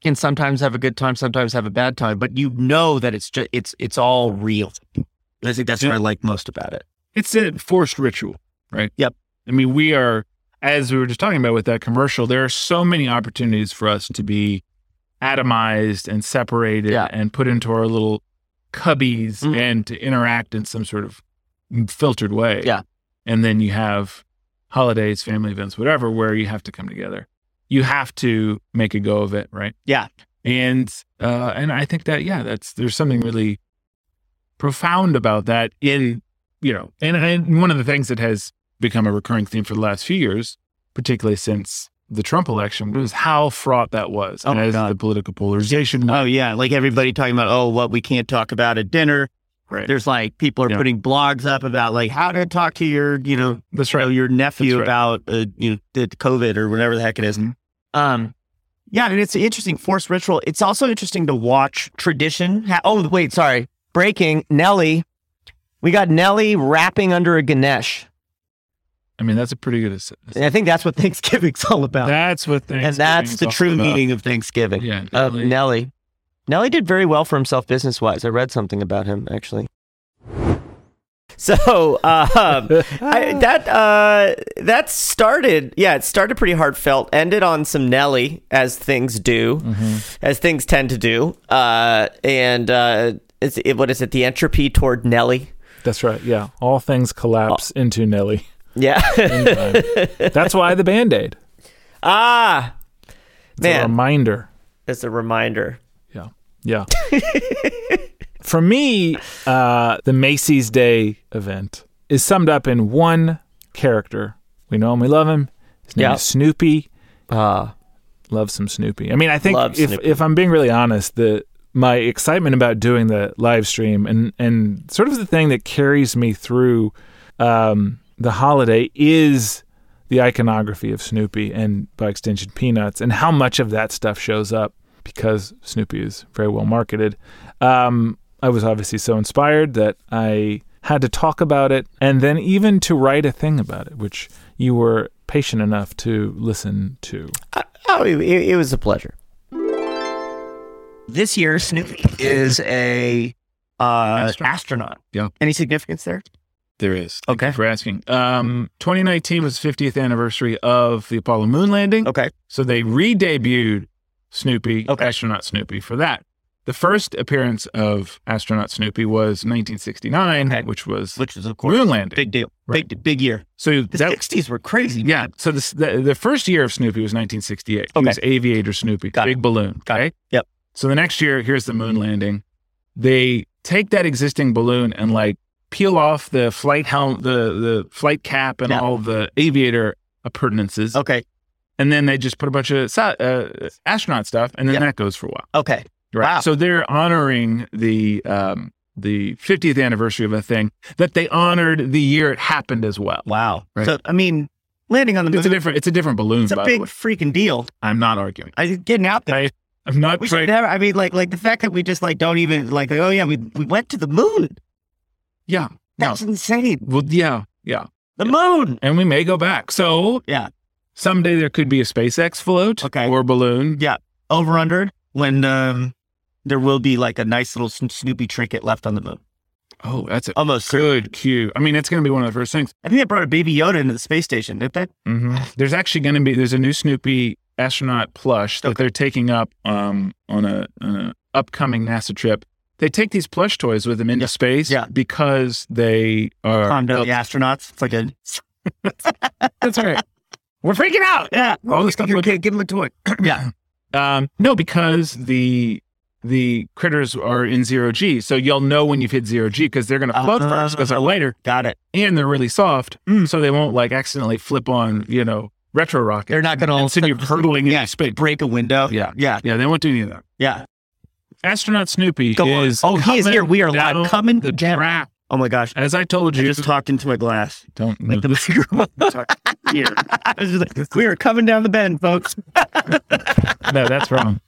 [SPEAKER 1] and sometimes have a good time, sometimes have a bad time, but you know that it's just, it's, it's all real. I think that's what I like most about it.
[SPEAKER 4] It's a forced ritual, right?
[SPEAKER 1] Yep.
[SPEAKER 4] I mean, we are, as we were just talking about with that commercial, there are so many opportunities for us to be atomized and separated
[SPEAKER 1] Yeah.
[SPEAKER 4] and put into our little cubbies
[SPEAKER 1] Mhm.
[SPEAKER 4] and to interact in some sort of filtered way.
[SPEAKER 1] Yeah.
[SPEAKER 4] And then you have holidays, family events, whatever, where you have to come together. You have to make a go of it, right?
[SPEAKER 1] Yeah.
[SPEAKER 4] And uh, and I think that yeah, that's there's something really profound about that in you know, and, and one of the things that has become a recurring theme for the last few years, particularly since the Trump election, was how fraught that was
[SPEAKER 1] Mm. Oh, my
[SPEAKER 4] as
[SPEAKER 1] God.
[SPEAKER 4] the political polarization. Uh,
[SPEAKER 1] Oh yeah. Like everybody talking about, oh, what we can't talk about at dinner.
[SPEAKER 4] Right.
[SPEAKER 1] There's like people are
[SPEAKER 4] Yeah.
[SPEAKER 1] putting blogs up about like how to talk to your, you know,
[SPEAKER 4] That's
[SPEAKER 1] you know,
[SPEAKER 4] right.
[SPEAKER 1] your nephew
[SPEAKER 4] right.
[SPEAKER 1] about uh, you know the COVID or whatever the heck it is.
[SPEAKER 4] Mhm.
[SPEAKER 1] Um, yeah, and it's an interesting forced ritual. It's also interesting to watch tradition. Ha- oh wait, sorry, breaking Nelly. We got Nelly rapping under a Ganesh,
[SPEAKER 4] I mean, that's a pretty good. ass-
[SPEAKER 1] and I think that's what Thanksgiving's all about.
[SPEAKER 4] That's what.
[SPEAKER 1] and that's
[SPEAKER 4] Thanksgiving's
[SPEAKER 1] the
[SPEAKER 4] all
[SPEAKER 1] true
[SPEAKER 4] about.
[SPEAKER 1] meaning of Thanksgiving.
[SPEAKER 4] Yeah.
[SPEAKER 1] Of
[SPEAKER 4] definitely.
[SPEAKER 1] Nelly.
[SPEAKER 5] Nelly did very well for himself business wise. I read something about him actually. So uh, um, I, that uh, that started, yeah, it started pretty heartfelt. Ended on some Nelly, as things do, as things tend to do. Uh, and uh, it's, it, what is it? The entropy toward Nelly.
[SPEAKER 7] That's right. Yeah. All things collapse into Nelly.
[SPEAKER 5] Yeah.
[SPEAKER 7] That's why the band aid.
[SPEAKER 5] ah,
[SPEAKER 7] It's a
[SPEAKER 5] man,
[SPEAKER 7] reminder.
[SPEAKER 5] it's a reminder.
[SPEAKER 7] Yeah. Yeah. For me, uh, the Macy's Day event is summed up in one character. We know him, we love him. His name
[SPEAKER 5] Yeah.
[SPEAKER 7] is Snoopy.
[SPEAKER 5] Ah,
[SPEAKER 7] Love some Snoopy. I mean, I think
[SPEAKER 5] Love
[SPEAKER 7] if,
[SPEAKER 5] Snoopy.
[SPEAKER 7] if I'm being really honest, the my excitement about doing the live stream and, and sort of the thing that carries me through um, the holiday is the iconography of Snoopy and by extension Peanuts and how much of that stuff shows up because Snoopy is very well marketed. Um, I was obviously so inspired that I had to talk about it and then even to write a thing about it, which you were patient enough to listen to.
[SPEAKER 5] oh, it, it was a pleasure.
[SPEAKER 1] This year, Snoopy is a uh, astronaut.
[SPEAKER 4] Yeah.
[SPEAKER 1] Any significance there?
[SPEAKER 4] There is.
[SPEAKER 1] Okay. Mm.
[SPEAKER 4] For asking. Um, 2019 was 50th anniversary of the Apollo moon landing.
[SPEAKER 1] Okay.
[SPEAKER 4] So they re-debuted Snoopy,
[SPEAKER 1] Oh. Okay.
[SPEAKER 4] astronaut Snoopy, for that. The first appearance of astronaut Snoopy was 1969,
[SPEAKER 1] Okay.
[SPEAKER 4] which was
[SPEAKER 1] Which is, of course,
[SPEAKER 4] moon landing.
[SPEAKER 1] big deal.
[SPEAKER 4] Right.
[SPEAKER 1] Big, big year.
[SPEAKER 4] so
[SPEAKER 1] The
[SPEAKER 4] that
[SPEAKER 1] 60s were crazy. man.
[SPEAKER 4] yeah. So this, the the first year of Snoopy was 1968. It
[SPEAKER 1] Okay.
[SPEAKER 4] was Aviator Snoopy,
[SPEAKER 1] Got it.
[SPEAKER 4] big balloon.
[SPEAKER 1] Got it.
[SPEAKER 4] okay?
[SPEAKER 1] Yep.
[SPEAKER 4] So the next year, here's the moon landing. They take that existing balloon and like peel off the flight helm, the the flight cap, and
[SPEAKER 1] Yeah. Oh.
[SPEAKER 4] all the aviator appurtenances,
[SPEAKER 1] Okay.
[SPEAKER 4] and then they just put a bunch of sa- uh, astronaut stuff, and then
[SPEAKER 1] Yeah.
[SPEAKER 4] that goes for a while.
[SPEAKER 1] Okay.
[SPEAKER 4] Right.
[SPEAKER 1] Wow.
[SPEAKER 4] So they're honoring the um, the 50th anniversary of a thing that they honored the year it happened as well.
[SPEAKER 1] Wow.
[SPEAKER 4] Right.
[SPEAKER 1] So, I mean, landing on the moon,
[SPEAKER 4] It's a different. It's a different balloon.
[SPEAKER 1] it's a
[SPEAKER 4] by
[SPEAKER 1] big
[SPEAKER 4] the way.
[SPEAKER 1] freaking deal.
[SPEAKER 4] I'm not arguing.
[SPEAKER 1] I getting out there.
[SPEAKER 4] I'm not
[SPEAKER 1] We
[SPEAKER 4] trying.
[SPEAKER 1] should never. I mean, like, like the fact that we just like don't even like. Oh yeah, we we went to the moon.
[SPEAKER 4] yeah. No.
[SPEAKER 1] That's insane.
[SPEAKER 4] Well, yeah. Yeah.
[SPEAKER 1] The moon.
[SPEAKER 4] And we may go back. So
[SPEAKER 1] Yeah.
[SPEAKER 4] someday there could be a SpaceX float
[SPEAKER 1] Okay.
[SPEAKER 4] or balloon.
[SPEAKER 1] Yeah. Over under when um there will be like a nice little Sno- Snoopy trinket left on the moon.
[SPEAKER 4] Oh, that's a
[SPEAKER 1] Almost. certain.
[SPEAKER 4] good cue. I mean, it's going to be one of the first things.
[SPEAKER 1] I think they brought a baby Yoda into the space station, didn't they?
[SPEAKER 4] hmm There's actually going to be there's a new Snoopy astronaut plush that they're taking up um, on a, on a upcoming NASA trip. They take these plush toys with them into
[SPEAKER 1] Yeah.
[SPEAKER 4] space
[SPEAKER 1] Yeah.
[SPEAKER 4] because they are.
[SPEAKER 1] Condo uh, the astronauts. It's like a
[SPEAKER 4] That's right. We're freaking out.
[SPEAKER 1] yeah.
[SPEAKER 4] All this stuff
[SPEAKER 1] Here,
[SPEAKER 4] looks-
[SPEAKER 1] kid, give him a toy. yeah.
[SPEAKER 4] Um, no, because the the critters are in zero g, so you'll know when you've hit zero g because they're going to float
[SPEAKER 1] Uh,
[SPEAKER 4] first because they're lighter
[SPEAKER 1] Got it.
[SPEAKER 4] and they're really soft, so they won't like accidentally flip on you know retro rocket.
[SPEAKER 1] They're not going to all
[SPEAKER 4] and send you hurtling
[SPEAKER 1] yeah,
[SPEAKER 4] into space.
[SPEAKER 1] break a window.
[SPEAKER 4] Yeah.
[SPEAKER 1] Yeah.
[SPEAKER 4] Yeah, they won't do any of that.
[SPEAKER 1] Yeah.
[SPEAKER 4] Astronaut Snoopy
[SPEAKER 1] Go on.
[SPEAKER 4] is
[SPEAKER 1] Oh, he is
[SPEAKER 4] coming
[SPEAKER 1] here. We are live.
[SPEAKER 4] down
[SPEAKER 1] Coming
[SPEAKER 4] the
[SPEAKER 1] down.
[SPEAKER 4] track.
[SPEAKER 1] Oh my gosh.
[SPEAKER 4] As I told
[SPEAKER 1] I
[SPEAKER 4] you,
[SPEAKER 1] just talked into my glass.
[SPEAKER 4] don't
[SPEAKER 1] Like the microphone. I was just like, we are coming down the bend, folks.
[SPEAKER 4] no, that's wrong.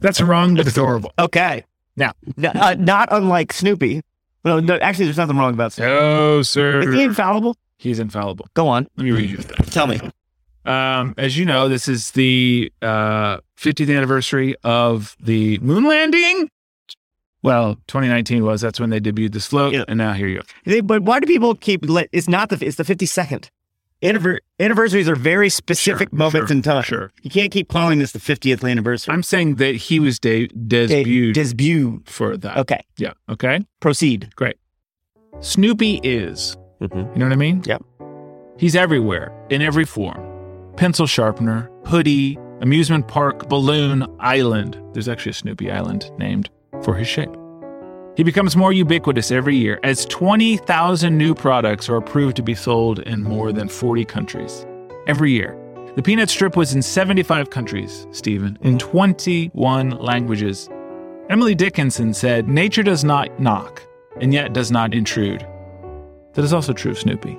[SPEAKER 4] that's wrong, but adorable.
[SPEAKER 1] Okay.
[SPEAKER 4] Now.
[SPEAKER 1] N- uh, not unlike Snoopy. Well, no, actually, there's nothing wrong about Snoopy.
[SPEAKER 4] No,
[SPEAKER 1] Is he
[SPEAKER 4] sir.
[SPEAKER 1] infallible?
[SPEAKER 4] He's infallible.
[SPEAKER 1] Go on.
[SPEAKER 4] Let me read you that.
[SPEAKER 1] Tell me.
[SPEAKER 4] Um, as you know, this is the uh, 50th anniversary of the moon landing. Well, 2019 was. That's when they debuted this float,
[SPEAKER 1] Yeah.
[SPEAKER 4] and now here you go.
[SPEAKER 1] They- but why do people keep? Let, it's not the. It's the 52nd. Anniver- anniversaries are very specific
[SPEAKER 4] Sure,
[SPEAKER 1] moments
[SPEAKER 4] sure,
[SPEAKER 1] in time.
[SPEAKER 4] sure.
[SPEAKER 1] You can't keep calling this the 50th anniversary.
[SPEAKER 4] I'm saying that he was de- debuted
[SPEAKER 1] Debut.
[SPEAKER 4] for that.
[SPEAKER 1] Okay.
[SPEAKER 4] Yeah. Okay.
[SPEAKER 1] Proceed.
[SPEAKER 4] Snoopy is.
[SPEAKER 5] Mhm.
[SPEAKER 4] You know what I mean?
[SPEAKER 1] Yep.
[SPEAKER 4] He's everywhere in every form pencil sharpener, hoodie, amusement park, balloon, island. There's actually a Snoopy Island named for his shape. He becomes more ubiquitous every year as 20,000 new products are approved to be sold in more than 40 countries every year. The peanut strip was in 75 countries, Stephen, in 21 languages. Emily Dickinson said, Nature does not knock and yet does not intrude. That is also true of Snoopy.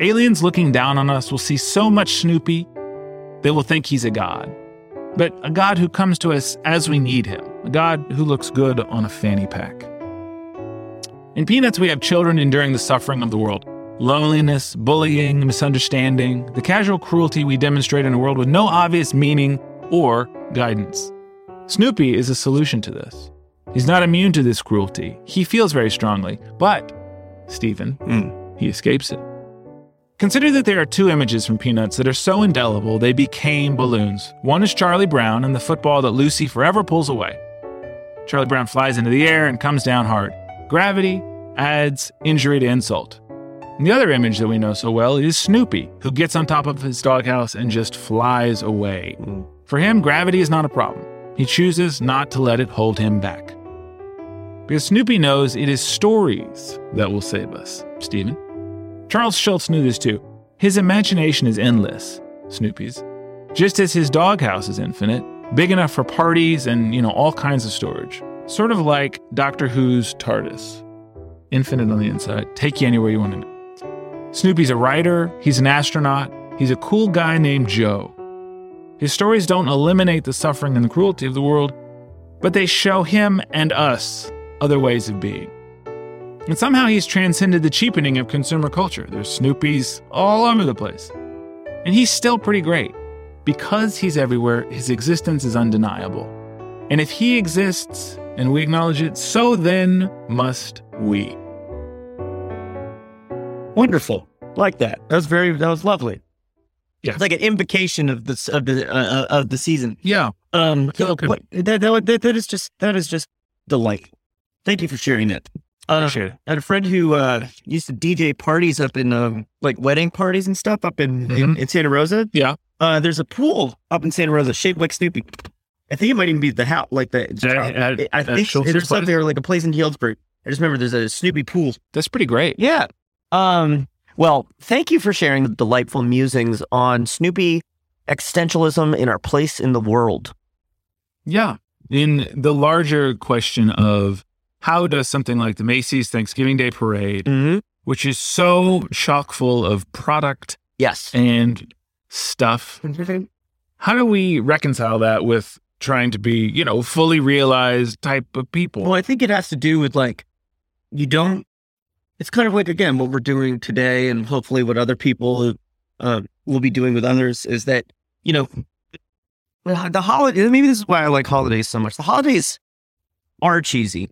[SPEAKER 4] Aliens looking down on us will see so much Snoopy, they will think he's a god. But a god who comes to us as we need him, a god who looks good on a fanny pack. In Peanuts, we have children enduring the suffering of the world loneliness, bullying, misunderstanding, the casual cruelty we demonstrate in a world with no obvious meaning or guidance. Snoopy is a solution to this. He's not immune to this cruelty. He feels very strongly, but, Stephen, he escapes it. Consider that there are two images from Peanuts that are so indelible they became balloons. One is Charlie Brown and the football that Lucy forever pulls away. Charlie Brown flies into the air and comes down hard. Gravity adds injury to insult. And the other image that we know so well is Snoopy, who gets on top of his doghouse and just flies away. For him, gravity is not a problem. He chooses not to let it hold him back. Because Snoopy knows it is stories that will save us, Stephen. Charles Schultz knew this too. His imagination is endless, Snoopy's. Just as his doghouse is infinite, big enough for parties and, you know, all kinds of storage. Sort of like Doctor Who's TARDIS. Infinite on the inside. Take you anywhere you want to know. Snoopy's a writer, he's an astronaut, he's a cool guy named Joe. His stories don't eliminate the suffering and the cruelty of the world, but they show him and us other ways of being. And somehow he's transcended the cheapening of consumer culture. There's Snoopy's all over the place. And he's still pretty great. Because he's everywhere, his existence is undeniable. And if he exists and we acknowledge it, so then must we.
[SPEAKER 1] Wonderful. Like that. That was very. That was lovely.
[SPEAKER 4] Yeah.
[SPEAKER 1] It's like an invocation of this of the uh, uh, of the season.
[SPEAKER 4] Yeah.
[SPEAKER 1] Um,
[SPEAKER 4] feel okay.
[SPEAKER 1] what- that, that, that, that is just that is just delightful. Thank you for sharing that. Uh,
[SPEAKER 4] Appreciate it.
[SPEAKER 1] I had a friend who uh, used to DJ parties up in um, like wedding parties and stuff up in in,
[SPEAKER 4] Mhm.
[SPEAKER 1] in Santa Rosa.
[SPEAKER 4] Yeah.
[SPEAKER 1] Uh, there's a pool up in Santa Rosa shaped like Snoopy. I think it might even be the house, like the.
[SPEAKER 4] Yeah, at-
[SPEAKER 1] I,
[SPEAKER 4] at
[SPEAKER 1] think
[SPEAKER 4] Schultz's
[SPEAKER 1] there's
[SPEAKER 4] place?
[SPEAKER 1] something or like a place in Healdsburg. I just remember there's a Snoopy pool.
[SPEAKER 4] That's pretty great.
[SPEAKER 1] Yeah. Um. Well, thank you for sharing the delightful musings on Snoopy existentialism in our place in the world.
[SPEAKER 4] Yeah. In the larger question of how does something like the Macy's Thanksgiving Day Parade,
[SPEAKER 1] Mm-hmm.
[SPEAKER 4] which is so chock full of product
[SPEAKER 1] Yes.
[SPEAKER 4] and stuff, how do we reconcile that with trying to be, you know, fully realized type of people?
[SPEAKER 1] Well, I think it has to do with like, you don't, it's kind of like, again, what we're doing today and hopefully what other people uh, will be doing with others is that, you know, the holiday, maybe this is why I like holidays so much. The holidays are cheesy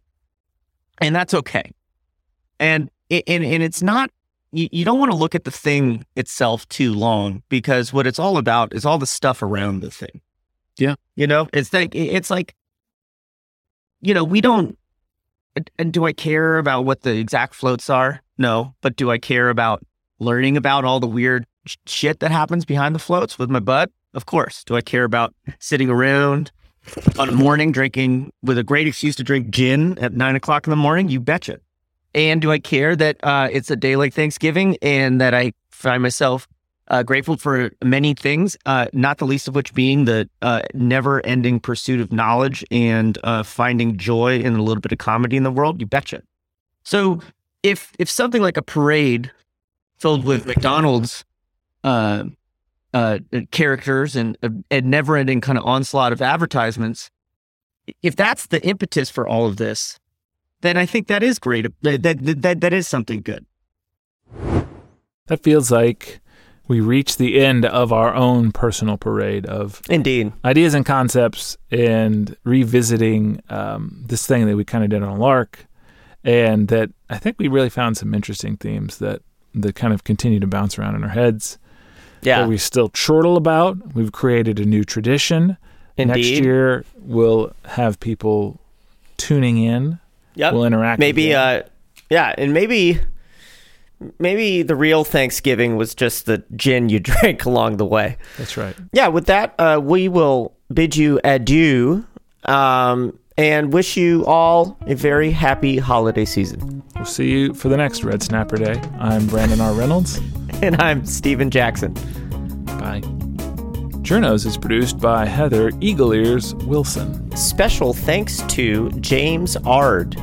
[SPEAKER 1] and that's okay. And, it, and, and it's not, you, you don't want to look at the thing itself too long because what it's all about is all the stuff around the thing.
[SPEAKER 4] Yeah.
[SPEAKER 1] You know, it's like, it's like, you know, we don't. and- And do I care about what the exact floats are? No. But do I care about learning about all the weird sh- shit that happens behind the floats with my bud? Of course. Do I care about sitting around on a morning drinking with a great excuse to drink gin at nine o'clock in the morning? You betcha. And do I care that uh, it's a day like Thanksgiving and that I find myself uh, grateful for many things, uh, not the least of which being the uh, never ending pursuit of knowledge and uh, finding joy in a little bit of comedy in the world. You betcha. So if if something like a parade filled with McDonald's uh, uh, characters and a never ending kind of onslaught of advertisements, if that's the impetus for all of this, then I think that is great. uh, That, that, that, that is something good.
[SPEAKER 7] That feels like we reach the end of our own personal parade of
[SPEAKER 5] Indeed.
[SPEAKER 7] ideas and concepts and revisiting um, this thing that we kind of did on a lark and that i think we really found some interesting themes that that kind of continue to bounce around in our heads
[SPEAKER 5] Yeah.
[SPEAKER 7] that we still chortle about we've created a new tradition next
[SPEAKER 5] Indeed.
[SPEAKER 7] year we'll have people tuning in
[SPEAKER 5] Yep.
[SPEAKER 7] we'll interact
[SPEAKER 5] maybe
[SPEAKER 7] again.
[SPEAKER 5] uh yeah and maybe maybe the real thanksgiving was just the gin you drank along the way
[SPEAKER 7] that's right
[SPEAKER 5] yeah with that uh we will bid you adieu um and wish you all a very happy holiday season
[SPEAKER 7] we'll see you for the next red snapper day i'm brandon r reynolds
[SPEAKER 5] and i'm steven jackson
[SPEAKER 7] bye Journos is produced by Heather Eagle Ears Wilson.
[SPEAKER 5] special thanks to james ard